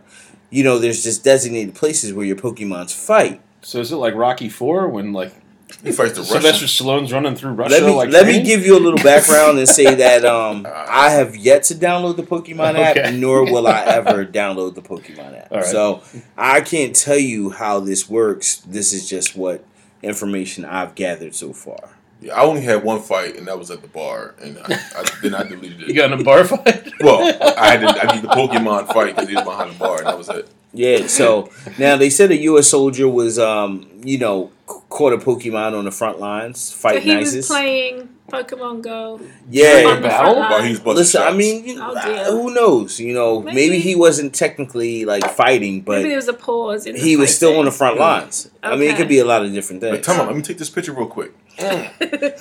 S1: You know, there's just designated places where your Pokemon's fight.
S4: So is it like Rocky Four when like
S3: He fights the
S4: Sylvester
S3: Russian.
S4: Stallone's running through Russia.
S1: Let me
S4: like
S1: let
S4: training?
S1: me give you a little background and say that um, I have yet to download the Pokemon app,
S4: Okay.
S1: nor will I ever download the Pokemon app.
S4: All right.
S1: So I can't tell you how this works. This is just what information I've gathered so far.
S3: Yeah, I only had one fight, and that was at the bar, and I, I, then I deleted it.
S4: You got in a bar fight?
S3: well, I had to, I did the Pokemon fight because he was behind the bar, and that was it.
S1: Yeah. So now they said a U.S. soldier was, um, you know, c- caught a Pokemon on the front lines
S2: So
S1: fighting
S2: he was
S1: ISIS.
S2: playing Pokemon Go.
S1: yeah. Oh,
S2: Pokemon
S4: battle?
S2: Frontline.
S3: But he's busting
S1: Listen, I
S3: shots.
S1: mean, you know,
S2: Oh, dear.
S1: who knows? You know, maybe.
S2: Maybe.
S1: he wasn't technically like fighting, but
S2: Maybe there was a pause. In the
S1: he was still on the
S2: fighting.
S1: front lines. I mean, it could
S2: Okay.
S1: be a lot of different
S3: Like,
S1: things.
S3: come on, let me take this picture real quick.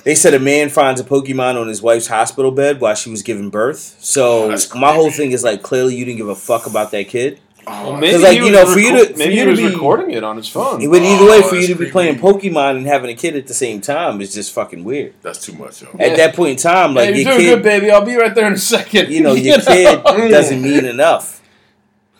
S1: They said a man finds a Pokemon on his wife's hospital bed while she was giving birth. So
S3: That's
S1: my whole
S3: creepy.
S1: thing is like, clearly you didn't give a fuck about that kid.
S3: Oh,
S4: Well, maybe
S1: like,
S4: he
S1: you
S4: was
S1: know, for you
S4: reco-
S1: to- for
S4: maybe
S1: you
S4: he
S1: to
S4: was
S1: be-
S4: recording it on his phone.
S1: It went either
S3: Oh,
S1: way for you
S3: that's
S1: to be
S3: creepy.
S1: playing Pokemon and having a kid at the same time is just fucking weird.
S3: That's too much, yo.
S1: At that point in time, like
S4: hey, you're
S1: your
S4: doing good,
S1: kid,
S4: baby. I'll be right there in a second.
S1: you know, your kid doesn't mean enough.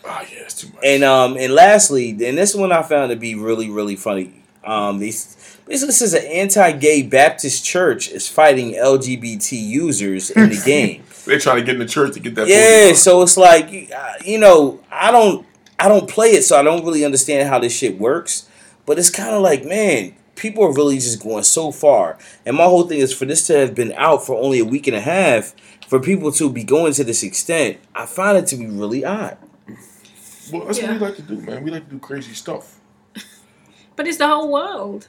S3: Ah, yeah, it's too much.
S1: And um and lastly, and this one I found to be really really funny. Um, these basically this is an anti-gay Baptist church is fighting LGBT users in the game.
S3: They're trying to get in the church to get that.
S1: yeah,
S3: Pokemon.
S1: so it's like uh, you know I don't I don't play it, so I don't really understand how this shit works. But it's kind of like man, people are really just going so far. And my whole thing is for this to have been out for only a week and a half, for people to be going to this extent, I find it to be really odd.
S3: well, that's
S2: Yeah.
S3: what we like to do, man. We like to do crazy stuff.
S2: But it's the whole world,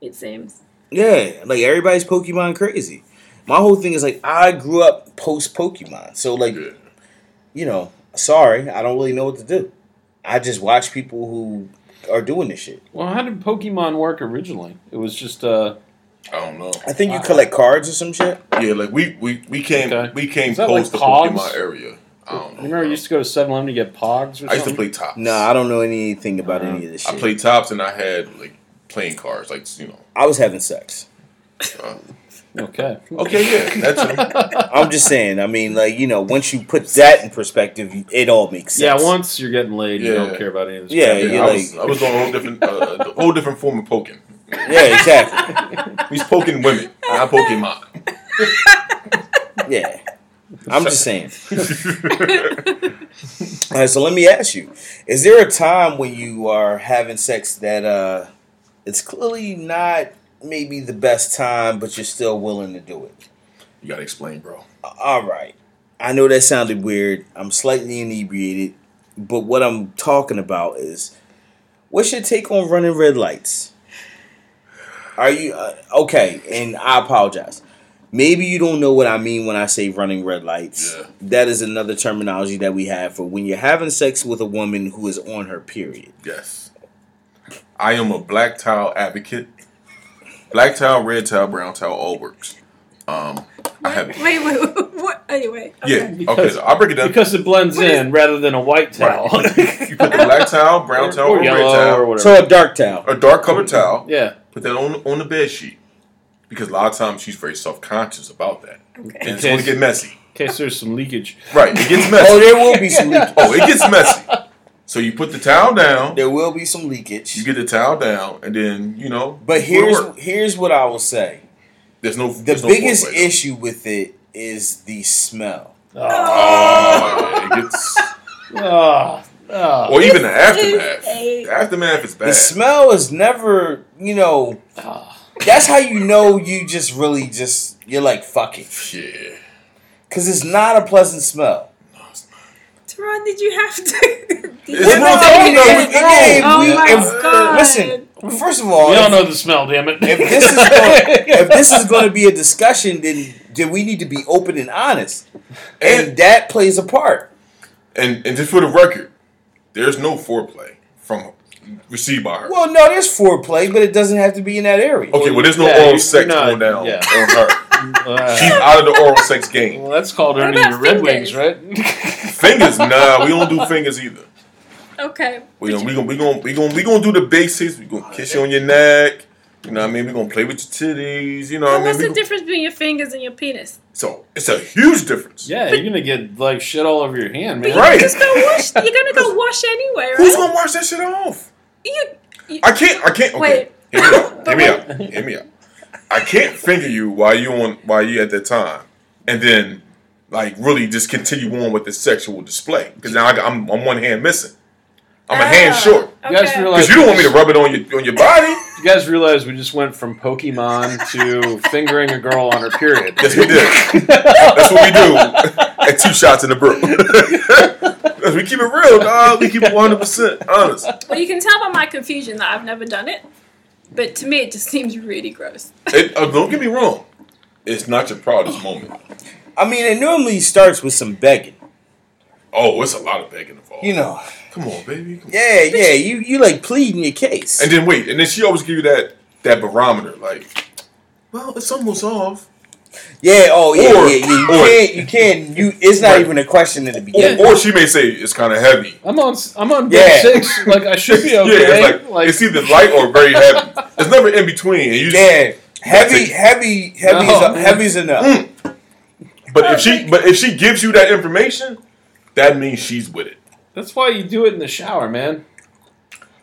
S2: it seems.
S1: Yeah, like everybody's Pokemon crazy. My whole thing is like I grew up post Pokemon, so like
S3: Yeah.
S1: you know, sorry, I don't really know what to do. I just watch people who are doing this shit.
S4: Well, how did Pokemon work originally? It was just uh,
S3: I don't know.
S1: I think you collect cards or some shit.
S3: Yeah, like we we we came
S4: Okay.
S3: we came
S4: Is that like
S3: post the
S4: Pogs?
S3: Pokemon area. I don't know.
S4: remember you used to go to 7-Eleven to get Pogs or something.
S3: I used to play tops.
S1: No, I don't know anything about any of this shit.
S3: I played tops and I had like playing cards, like you know.
S1: I was having sex.
S3: Uh,
S4: Okay.
S3: okay, yeah, that's it.
S1: I'm just saying. I mean, like you know, once you put that in perspective, it all makes
S4: Yeah,
S1: sense.
S4: once you're getting laid, you
S3: Yeah.
S4: don't care about any of this.
S1: Yeah,
S4: crap.
S1: you're
S3: Yeah, I, was,
S1: like-
S3: I was on a whole different uh, a whole different form of poking.
S1: Yeah, exactly.
S3: He's poking women, not Pokemon.
S1: Yeah, I'm just saying. All right, so let me ask you: Is there a time when you are having sex that uh, it's clearly not maybe the best time, but you're still willing to do it?
S3: you gotta explain, bro.
S1: All right, I know that sounded weird. I'm slightly inebriated, but what I'm talking about is, what's your take on running red lights? Are you uh, okay? And I apologize. Maybe you don't know what I mean when I say running red lights.
S3: Yeah.
S1: That is another terminology that we have for when you're having sex with a woman who is on her period.
S3: Yes, I am a black towel advocate. Black towel, red towel, brown towel, all works. Um, I have
S2: Wait, wait, wait what? Anyway.
S3: yeah.
S2: okay.
S3: okay,
S4: Because-
S3: so I'll break it down.
S4: Because it blends
S2: What is-
S4: in rather than a white towel.
S3: You put the black towel, brown towel, or,
S4: or
S3: red
S4: yellow or
S3: towel,
S4: whatever.
S1: So a dark towel.
S3: or dark colored towel.
S4: yeah.
S3: Put that on on the bed sheet because a lot of times she's very self conscious about that,
S2: Okay.
S3: and it's going to
S4: Okay.
S3: get messy.
S4: In case there's some leakage.
S3: Right, it gets
S1: Oh,
S3: messy.
S1: there will be some leakage.
S3: Oh, it gets messy. So you put the towel down.
S1: There will be some leakage.
S3: You get the towel down, and then you know.
S1: but
S3: go to
S1: here's
S3: work.
S1: here's what I will say.
S3: there's no
S1: The
S3: there's no
S1: biggest
S3: foreplay.
S1: issue with it is the smell.
S3: Oh, yeah, it gets,
S4: Ah, ah.
S3: or even the
S2: is
S3: aftermath.
S2: a-
S3: The aftermath is
S1: The
S3: bad. Ah.
S1: smell is never, you know. That's how you know you just really just you're like fucking
S3: Yeah.
S1: because it's not a pleasant smell.
S2: Teron, did you have to? Did
S3: It's
S2: you
S3: wrong.
S2: have
S1: If- if-
S3: It's
S1: if-
S2: wrong.
S1: if-
S2: Oh my
S1: if-
S2: God.
S1: Listen, first of all,
S4: we all
S1: Oh, if-
S4: know the smell, damn it.
S1: if this is going, if this is going to be a discussion, then then we need to be open and honest, and
S3: And,
S1: that plays a part.
S3: and and just for the record, there's no foreplay from received by her.
S1: Well, no, there's foreplay, but it doesn't have to be in that area.
S3: Okay, well, there's no
S4: Yeah,
S3: oral
S4: you're
S3: sex
S4: not-
S3: going down
S4: yeah.
S3: on her. She's
S4: Ah.
S3: out of the oral sex game.
S4: well, that's called earning
S2: about
S4: your Red Wings,
S2: fingers?
S4: right?
S3: Fingers, nah, we don't do fingers either.
S2: Okay.
S3: We gonna, we gonna we gonna we gonna we gonna do the basics. We gonna kiss you on your neck. You know what I mean? We gonna play with your titties. You know
S2: But
S3: what I mean?
S2: what's
S3: We
S2: the
S3: gonna-
S2: difference between your fingers and your penis?
S3: So it's a huge difference.
S4: yeah, you're gonna get like shit all over your hand, man.
S3: Right.
S2: You're just gonna wash. You're gonna go wash anyway, right?
S3: Who's gonna wash that shit off?
S2: You, you-
S3: I can't. I can't. Okay.
S2: Wait.
S3: Hear me out. Hear me out. Hear me out. I can't finger you while you on while you at that time, and then like really just continue on with the sexual display because now I, am I'm one hand missing. I'm a hand short
S4: You guys realize-
S3: because you don't want me to rub it on your on your body.
S4: You guys realize we just went from Pokemon to fingering a girl on her period.
S3: Yes, we did. That's what we do at two shots in the brew. we keep it real, dog. We keep it 100 percent honest.
S2: Well, you can tell by my confusion that I've never done it, but to me it just seems really gross.
S3: It, uh, don't get me wrong. It's not your proudest moment.
S1: I mean, it normally starts with some begging.
S3: Oh, it's a lot of begging involved.
S1: You know.
S3: come on, baby. Come on.
S1: Yeah, yeah. You you like pleading your case.
S3: And then wait, and then she always give you that that barometer, like, well, it's almost off.
S1: yeah. Oh yeah.
S3: Or-
S1: yeah, yeah you
S3: or-
S1: can't. You can't. You. It's not
S3: Right.
S1: even a question at the
S3: Or,
S1: beginning.
S3: or she may say it's kind of heavy.
S4: I'm on. s- I'm on
S1: Yeah.
S4: day six. Like I should be
S3: Yeah,
S4: okay.
S3: it's like,
S4: like e-
S3: it's either light or very heavy. It's never in between. And you just,
S1: yeah. Heavy.
S3: That's it.
S1: Heavy. Heavy.
S4: No,
S1: is,
S4: man.
S1: heavy's enough.
S3: Mm. But if she but if she gives you that information, that means she's with it.
S4: that's why you do it in the shower, man.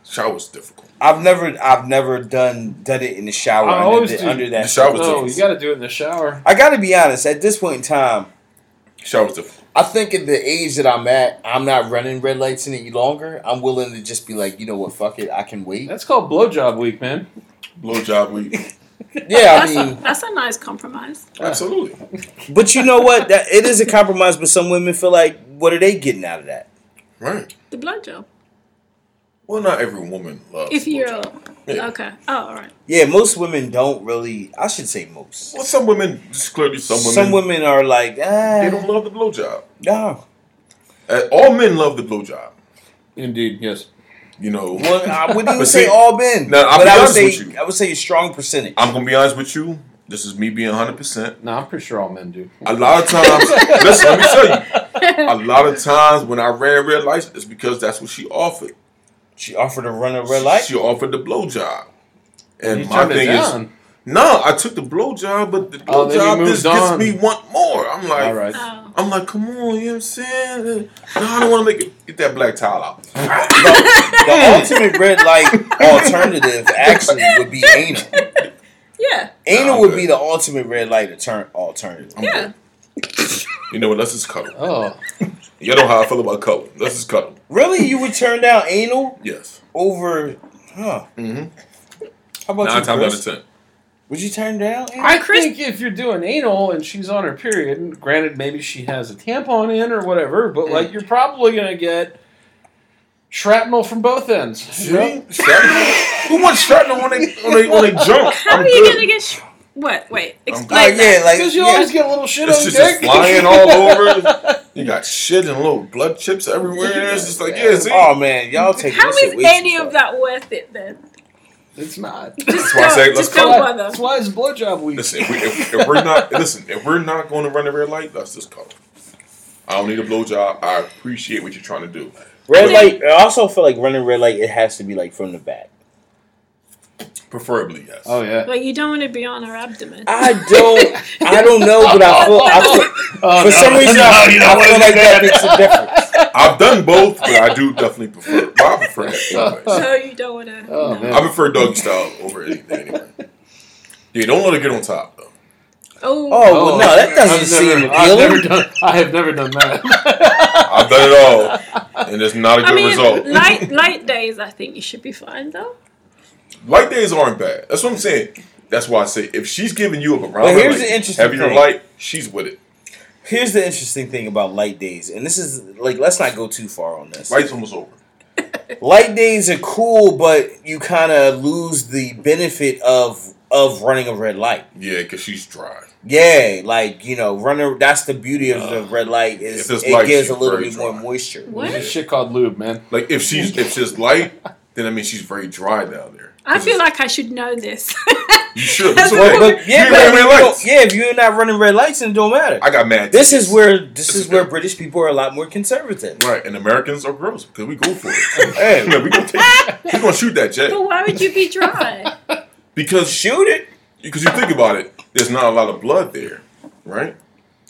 S3: Shower's difficult.
S1: I've never. I've never done done it in the shower
S4: I
S1: under,
S4: always
S1: the-
S4: do.
S1: under that.
S3: The shower- I would
S4: No,
S3: say-
S4: you got to do it in the shower.
S1: I got to be honest. At this point in time,
S3: Shower's difficult.
S1: I think at the age that I'm at, I'm not running red lights any longer. I'm willing to just be like, you know what, fuck it, I can wait.
S4: That's called blowjob week, man.
S3: Blowjob week.
S1: Yeah, I
S2: that's,
S1: mean,
S2: a, that's a nice compromise.
S3: Absolutely.
S1: but you know what? That it is a compromise. But some women feel like, what are they getting out of that?
S3: Right.
S2: The blowjob.
S3: Well, not every woman loves.
S2: If you're
S3: blowjob. Yeah.
S2: okay. Oh, all right.
S1: Yeah, most women don't really. I should say most.
S3: well, some women just clearly some
S1: Some
S3: women
S1: women, are like,
S3: they don't
S1: ah,
S3: love the blowjob.
S1: no.
S3: Uh, all men love the blowjob.
S4: Indeed, yes.
S3: You know.
S1: Well, I wouldn't even
S3: But
S1: say
S3: see-
S1: all men,
S3: No, I'll
S1: but
S3: be
S1: I would
S3: honest
S1: say
S3: with you.
S1: I would say a strong percentage.
S3: I'm gonna be honest with you. This is me being 100. percent
S4: No, I'm pretty sure all men do.
S3: A lot of times, listen, let me tell you. A lot of times when I ran red lights, it's because that's what she offered.
S1: she offered to run a red light.
S3: She offered the blowjob. And
S4: You
S3: my
S4: turned it
S3: thing is,
S4: down.
S3: no, I took the blowjob, but the
S4: Oh, then you
S3: blowjob
S4: moved
S3: just
S4: on.
S3: gets me one more. I'm like,
S4: all right.
S2: Oh.
S3: I'm like, come on, you know what I'm saying? No, I don't want to make it. Get that black towel out.
S1: The, the ultimate red light alternative actually would be anal.
S2: Yeah.
S1: Anal
S3: Nah,
S1: would
S3: I'm
S1: be
S3: good.
S1: the ultimate red light attorn- alternative.
S3: I'm
S2: Yeah.
S3: good. You know what? Let's just cuddle.
S4: Oh,
S3: Y'all know how I feel about cuddle. Let's just cuddle.
S1: Really, you would turn down anal
S3: Yes.
S1: over? Huh?
S3: Mhm.
S1: How about
S3: Nine
S1: you,
S3: times out of
S1: Chris?
S3: ten.
S1: Would you turn down? Anal?
S4: I
S2: Chris-
S4: think if you're doing anal and she's on her period, and granted, maybe she has a tampon in or whatever, but
S2: Mm.
S4: like you're probably gonna get shrapnel from both ends. you know?
S3: See? Shrapnel? Who wants shrapnel on they on they on they junk?
S2: How
S3: I'm
S2: are you
S3: good.
S2: gonna get? Sh- what? Wait.
S1: Oh,
S2: Explain. that.
S1: yeah, like
S4: Because you
S1: yeah.
S4: always get a little shit
S3: It's
S4: on
S3: just,
S4: your
S3: just
S4: dick.
S3: flying all over. You got shit and little blood chips everywhere. It's just like, yeah, see?
S1: Oh man, y'all take
S2: How
S1: this shit
S2: is
S1: way
S2: any
S1: too
S2: of
S1: far.
S2: that worth it then?
S4: It's not.
S2: Just
S3: why I
S2: don't,
S3: say let's
S2: just
S3: cut
S2: don't
S3: it.
S2: bother.
S4: That's why it's blowjob week.
S3: Listen, if, we, if, if we're not listen, if we're not going to run the red light, let's just call. it. I don't need a blowjob. I appreciate what you're trying to do.
S1: Red light. I also feel like running red light. It has to be like from the back.
S3: Preferably, yes.
S4: Oh yeah.
S2: Like you don't want to be on her abdomen.
S3: Ah.
S1: I don't. I don't know, but I feel. I feel
S4: Oh,
S1: for some reason,
S5: No,
S1: I,
S5: you don't
S1: I
S5: wanna
S1: feel
S5: do
S1: like
S5: that.
S1: that makes a difference.
S3: I've done both, but I do definitely prefer. I prefer that. Anyways.
S2: so you don't want to.
S4: Oh,
S2: no.
S4: man.
S3: I prefer doggy style over anything anyway. Yeah, don't let it get on top though.
S2: oh,
S1: Oh, well, no, that
S4: I've
S1: doesn't
S4: never-
S1: seem
S4: I've never
S1: appealing.
S4: done. I have never done that.
S3: I've done it all, and it's not a good
S2: I mean,
S3: result.
S2: light light days. I think you should be fine though.
S3: Light days aren't bad. That's what I'm saying. That's why I say if she's giving you a barometer,
S1: Well, here's
S3: like,
S1: the interesting
S3: heavier
S1: thing.
S3: light, she's with it.
S1: Here's the interesting thing about light days, and this is like let's not go too far on this.
S3: Light's almost over.
S1: light days are cool, but you kind of lose the benefit of of running a red light.
S3: Yeah, because she's dry.
S1: Yeah, like you know, running. That's the beauty of the red light is
S3: If it's
S1: it
S3: light,
S1: gives a
S3: she's
S1: little
S3: very
S1: bit more
S3: dry.
S1: moisture.
S2: What?
S4: There's shit called lube, man.
S3: Like if she's if she's light, then I mean she's very dry down there.
S2: I feel like I should know this.
S3: you should.
S2: That's
S3: It's
S1: But,
S3: okay.
S1: but yeah,
S3: You
S1: but
S3: got
S1: if
S3: red
S1: you
S3: lights.
S1: don't- yeah, if you're not running red lights, then it don't matter.
S3: I got mad.
S1: this is where this is
S3: This is
S1: where
S3: good.
S1: British people are a lot more conservative.
S3: right, and Americans are gross because we go for it.
S1: Hey.
S3: yeah, we gonna take, we gonna shoot that jet
S2: but why would you be dry?
S3: because
S1: Shoot it.
S3: because you think about it, there's not a lot of blood there, right?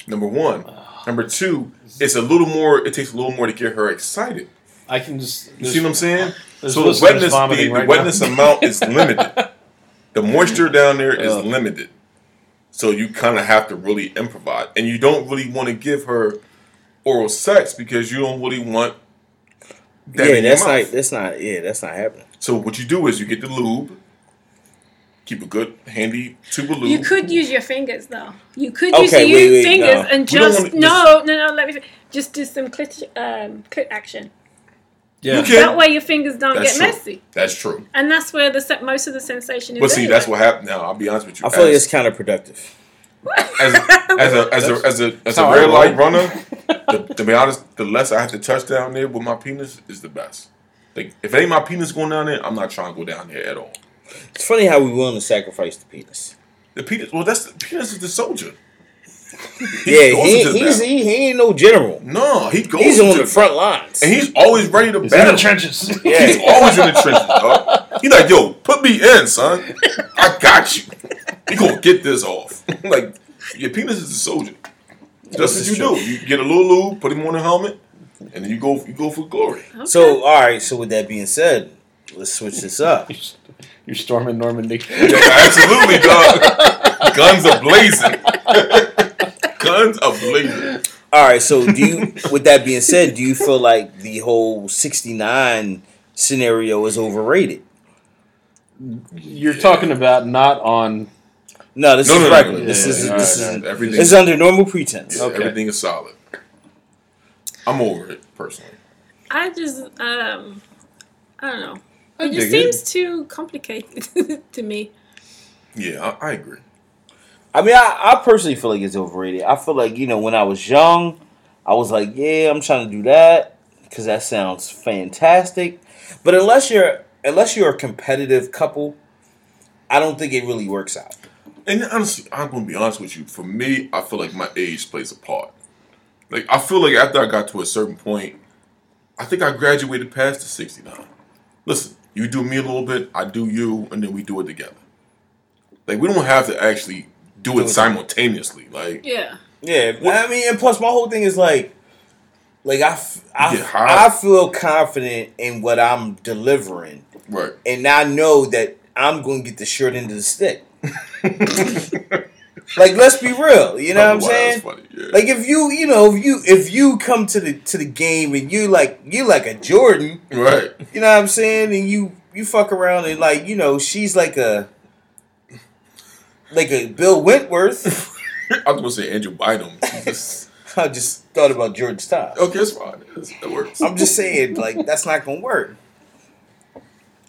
S3: Number one, number two, it's a little more. It takes a little more to get her excited.
S4: I can just.
S3: You see what I'm saying?
S4: there's
S3: So the
S4: listeners
S3: wetness, the,
S4: vomiting
S3: the
S4: right now.
S3: wetness amount is limited. The moisture down there is
S4: Ugh.
S3: limited, so you kind of have to really improvise, and you don't really want to give her oral sex because you don't really want. that
S1: yeah,
S3: in your
S1: that's
S3: mouth.
S1: not. That's not. Yeah, that's not happening.
S3: So what you do is you get the lube, keep a good handy tube of lube.
S2: You could use your fingers though. You could
S1: Okay,
S2: use your
S1: wait, wait,
S2: fingers
S1: no.
S2: and
S3: We don't
S2: just
S3: wanna-
S2: no, no, no. Let me just do some clit, um, clit action.
S4: Yeah.
S3: Okay.
S2: That way your fingers don't
S3: That's
S2: get
S3: true.
S2: messy,
S3: That's true.
S2: and that's where the se- most of the sensation is.
S3: But see,
S2: anyway.
S3: that's what happened. Now I'll be honest with you.
S1: I feel like
S3: as,
S1: it's counterproductive.
S3: as, as a as a as a as
S4: how
S3: a
S4: I
S3: red
S4: roll.
S3: light runner, the, to be honest, the less I have to touch down there with my penis is the best. Like if it ain't my penis going down there, I'm not trying to go down there at all.
S1: It's funny how we willing to sacrifice the penis.
S3: The penis, well, that's the penis is the soldier.
S1: Yeah,
S3: goes
S1: he,
S3: into the
S1: he's,
S3: battle.
S1: he, he ain't no general.
S3: No, he goes.
S1: He's on
S3: to-
S1: the front lines.
S3: and he's always ready to
S5: It's in
S3: battle.
S5: the trenches.
S1: Yeah.
S3: He's always in the trenches, dog. He like, yo, put me in, son. I got you. You gonna get this off. like, your penis is a soldier. That's what
S1: is
S3: you
S1: true.
S3: do. You get a little lube, put him on a helmet, and then you go you go for glory.
S2: Okay.
S1: So, all right. So, with that being said, let's switch this up.
S4: You're storming Normandy.
S3: Yeah, absolutely, dog. Guns are blazing. Guns are blazing.
S1: All right. So, do you? With that being said, do you feel like the whole '69 scenario is overrated?
S4: You're talking about not on.
S1: No, this
S3: No,
S1: is
S3: no, no,
S1: regular.
S3: no,
S1: this
S4: yeah,
S1: is
S4: yeah,
S1: this
S4: yeah,
S1: is
S3: Everything,
S1: this is under normal pretense.
S3: yeah,
S4: Okay.
S3: everything is solid. I'm over it personally.
S2: I just um, I don't know.
S4: I
S2: It just
S4: dig it.
S2: seems too complicated to me.
S3: Yeah, I, I agree.
S1: I mean, I, I personally feel like it's overrated. I feel like you know when I was young, I was like, yeah, I'm trying to do that because that sounds fantastic. But unless you're unless you're a competitive couple, I don't think it really works out.
S3: And honestly, I'm gonna be honest with you. For me, I feel like my age plays a part. Like I feel like after I got to a certain point, I think I graduated past the 69. Listen, you do me a little bit, I do you, and then we do it together. Like we don't have to actually do it simultaneously. Like
S2: Yeah.
S1: Yeah, I mean, and plus my whole thing is like, like I f- I,
S3: Yeah, how-
S1: I feel confident in what I'm delivering,
S3: right.
S1: and I know that I'm going to get the short end of the stick. like, let's be real. You know what I'm
S3: Wow, that's
S1: saying?
S3: funny, yeah.
S1: Like if you you know if you if you come to the to the game and you like you like a Jordan,
S3: right.
S1: you know what I'm saying, and you you fuck around and like you know she's like a like a Bill Wentworth.
S3: I was gonna say Andrew Bynum. Jesus.
S1: I just thought about Jordan Stiles.
S3: okay, it's fine. It's, it works.
S1: I'm just saying like that's not gonna work.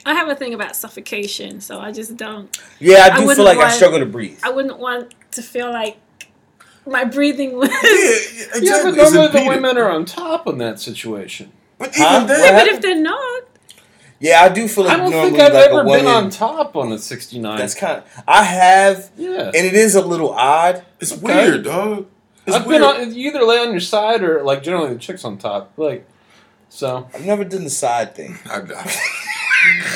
S2: I have a thing about suffocation, so I just don't.
S1: Yeah, I
S2: I
S1: do
S2: wouldn't
S1: feel like I
S2: want-
S1: struggle to breathe.
S2: I wouldn't want to feel like my breathing was.
S3: yeah, yeah, exactly.
S4: Yeah, but
S3: It's
S4: normally the
S3: impeded.
S4: women are on top in that situation.
S3: But even
S1: Huh?
S3: then,
S1: What?
S2: But if they're not,
S1: Yeah, I do feel like
S4: I don't
S1: normally
S4: think I've
S1: like
S4: ever
S1: a woman.
S4: been on top on a 69.
S1: that's kind of I have,
S4: yeah.
S1: and it is a little odd.
S3: it's weird, dog. It's
S4: I've
S3: weird.
S4: been on. You either lay on your side or, like, generally the chick's on top. Like, so.
S1: I've never done the side thing.
S3: I-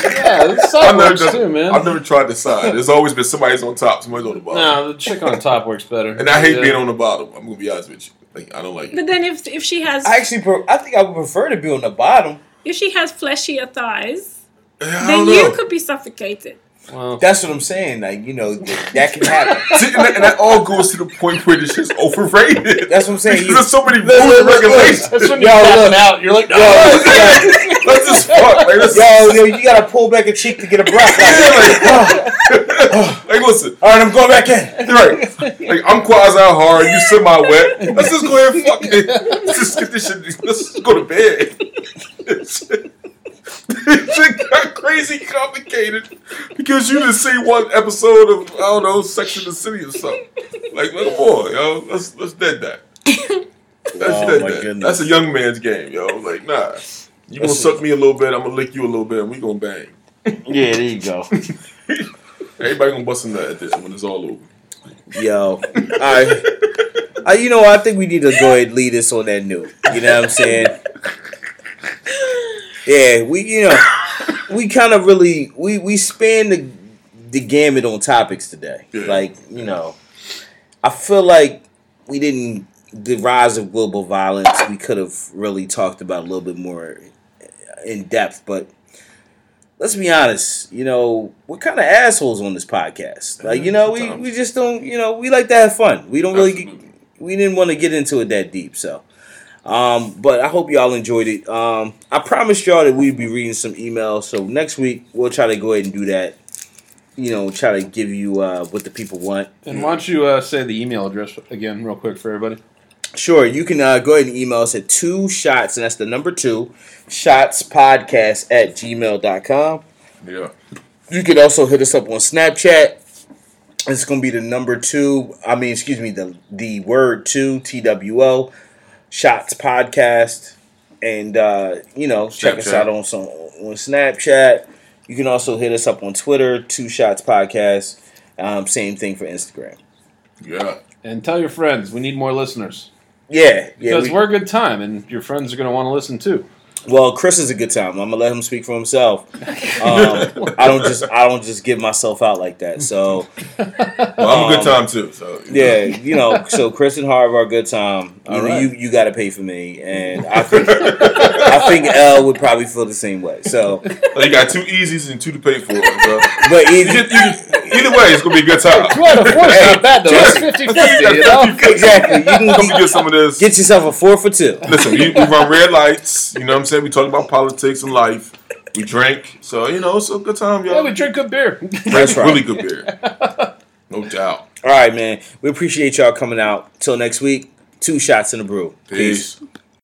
S4: Yeah, the side
S3: I've never,
S4: works
S3: done,
S4: too, man.
S3: I've never tried the side. There's always been somebody's on top, somebody's on the bottom.
S4: No, the chick on top works better.
S3: And I hate
S4: Yeah.
S3: being on the bottom. I'm gonna be honest with you. Like I don't like it.
S2: but then if if she has
S1: I actually, pre- I think I would prefer to be on the bottom.
S2: if she has fleshier thighs,
S3: I
S2: then
S3: don't
S2: you
S3: know.
S2: could be suffocated.
S4: Well,
S1: That's what I'm saying. Like you know, th- that can happen.
S3: See, and, that, and that all goes to the point where this shit's overrated.
S1: That's what I'm saying.
S3: Because there's so many
S1: Look,
S3: rules and
S1: look, look, look.
S3: regulations.
S4: that's when
S1: Yo,
S4: you're tapping
S1: look.
S4: out. You're like, no.
S1: yo,
S3: That's just fuck. Like, that's,
S1: yo, yo, you gotta pull back a cheek to get a breath. Like, oh,
S3: like listen,
S1: all right, I'm going back in.
S3: you're right? Like I'm quasi hard, you semi wet. Let's just go ahead and fuck it. Let's just get this shit. Let's just go to bed. It got crazy complicated because you didn't see one episode of I don't know Sex in the City or something. Like, come on, yo, let's let's dead that. That's
S1: Oh,
S3: dead
S1: my
S3: that.
S1: goodness.
S3: That's a young man's game, yo. Like, nah, you gonna
S1: That's-
S3: suck me a little bit, I'm gonna lick you a little bit, and we gonna bang.
S1: Yeah, there you go.
S3: Everybody gonna bust a nut at this when it's all over.
S1: Yo, all right. Uh, you know, what? I think we need to go ahead and lead us on that note. You know what I'm saying? Yeah, we you know we kind of really we we span the the gamut on topics today.
S3: Yeah.
S1: Like you know, I feel like we didn't the rise of global violence. We could have really talked about a little bit more in depth, but let's be honest, you know, we're kind of assholes on this podcast. Like, you know, we, we just don't, you know, we like to have fun. We don't really,
S3: Absolutely.
S1: we didn't want to get into it that deep, so. Um, but I hope y'all enjoyed it. Um, I promised y'all that we'd be reading some emails, so next week we'll try to go ahead and do that. You know, try to give you uh, what the people want.
S4: And why don't you uh, say the email address again, real quick, for everybody?
S1: Sure, you can uh, go ahead and email us at two shots, and that's the number two, shots podcast at gmail.com.
S3: Yeah.
S1: You can also hit us up on Snapchat. It's going to be the number two. I mean, excuse me, the the word two T W O shots podcast, and uh, you know, check us
S3: Snapchat.
S1: out on some on Snapchat. You can also hit us up on Twitter, two shots podcast. Um, same thing for Instagram.
S3: Yeah.
S4: And tell your friends we need more listeners
S1: Yeah, yeah.
S4: because
S1: we-
S4: we, are a good time, and your friends are going to want to listen too.
S1: well, Chris is a good time. I'm gonna let him speak for himself. Um, I don't just I don't just give myself out like that. So.
S3: Well, I'm a good
S1: Um,
S3: time too. So you know.
S1: Yeah, you know, so Chris and Harv are a good time. You,
S4: All
S1: know,
S4: right.
S1: you you got to pay for me, and I think I think L would probably feel the same way. So,
S3: So you got two easies and two to pay for. Bro.
S1: but
S3: You
S1: either,
S3: just- you- either way, it's gonna be a good time.
S4: Well, the four's not bad though. It's 50 50, you know?
S1: exactly, you
S3: Come
S1: can
S3: and get some of this.
S1: get yourself a four for two.
S3: Listen, we, we run red lights. You know what I'm saying? We talk about politics and life. We drink. So, you know, it's a good time,
S4: Yeah,
S3: y'all.
S4: we drink good beer.
S3: drink
S1: That's right.
S3: really good beer. No doubt.
S1: All right, man. We appreciate y'all coming out. Till next week, two shots in the brew.
S3: Peace.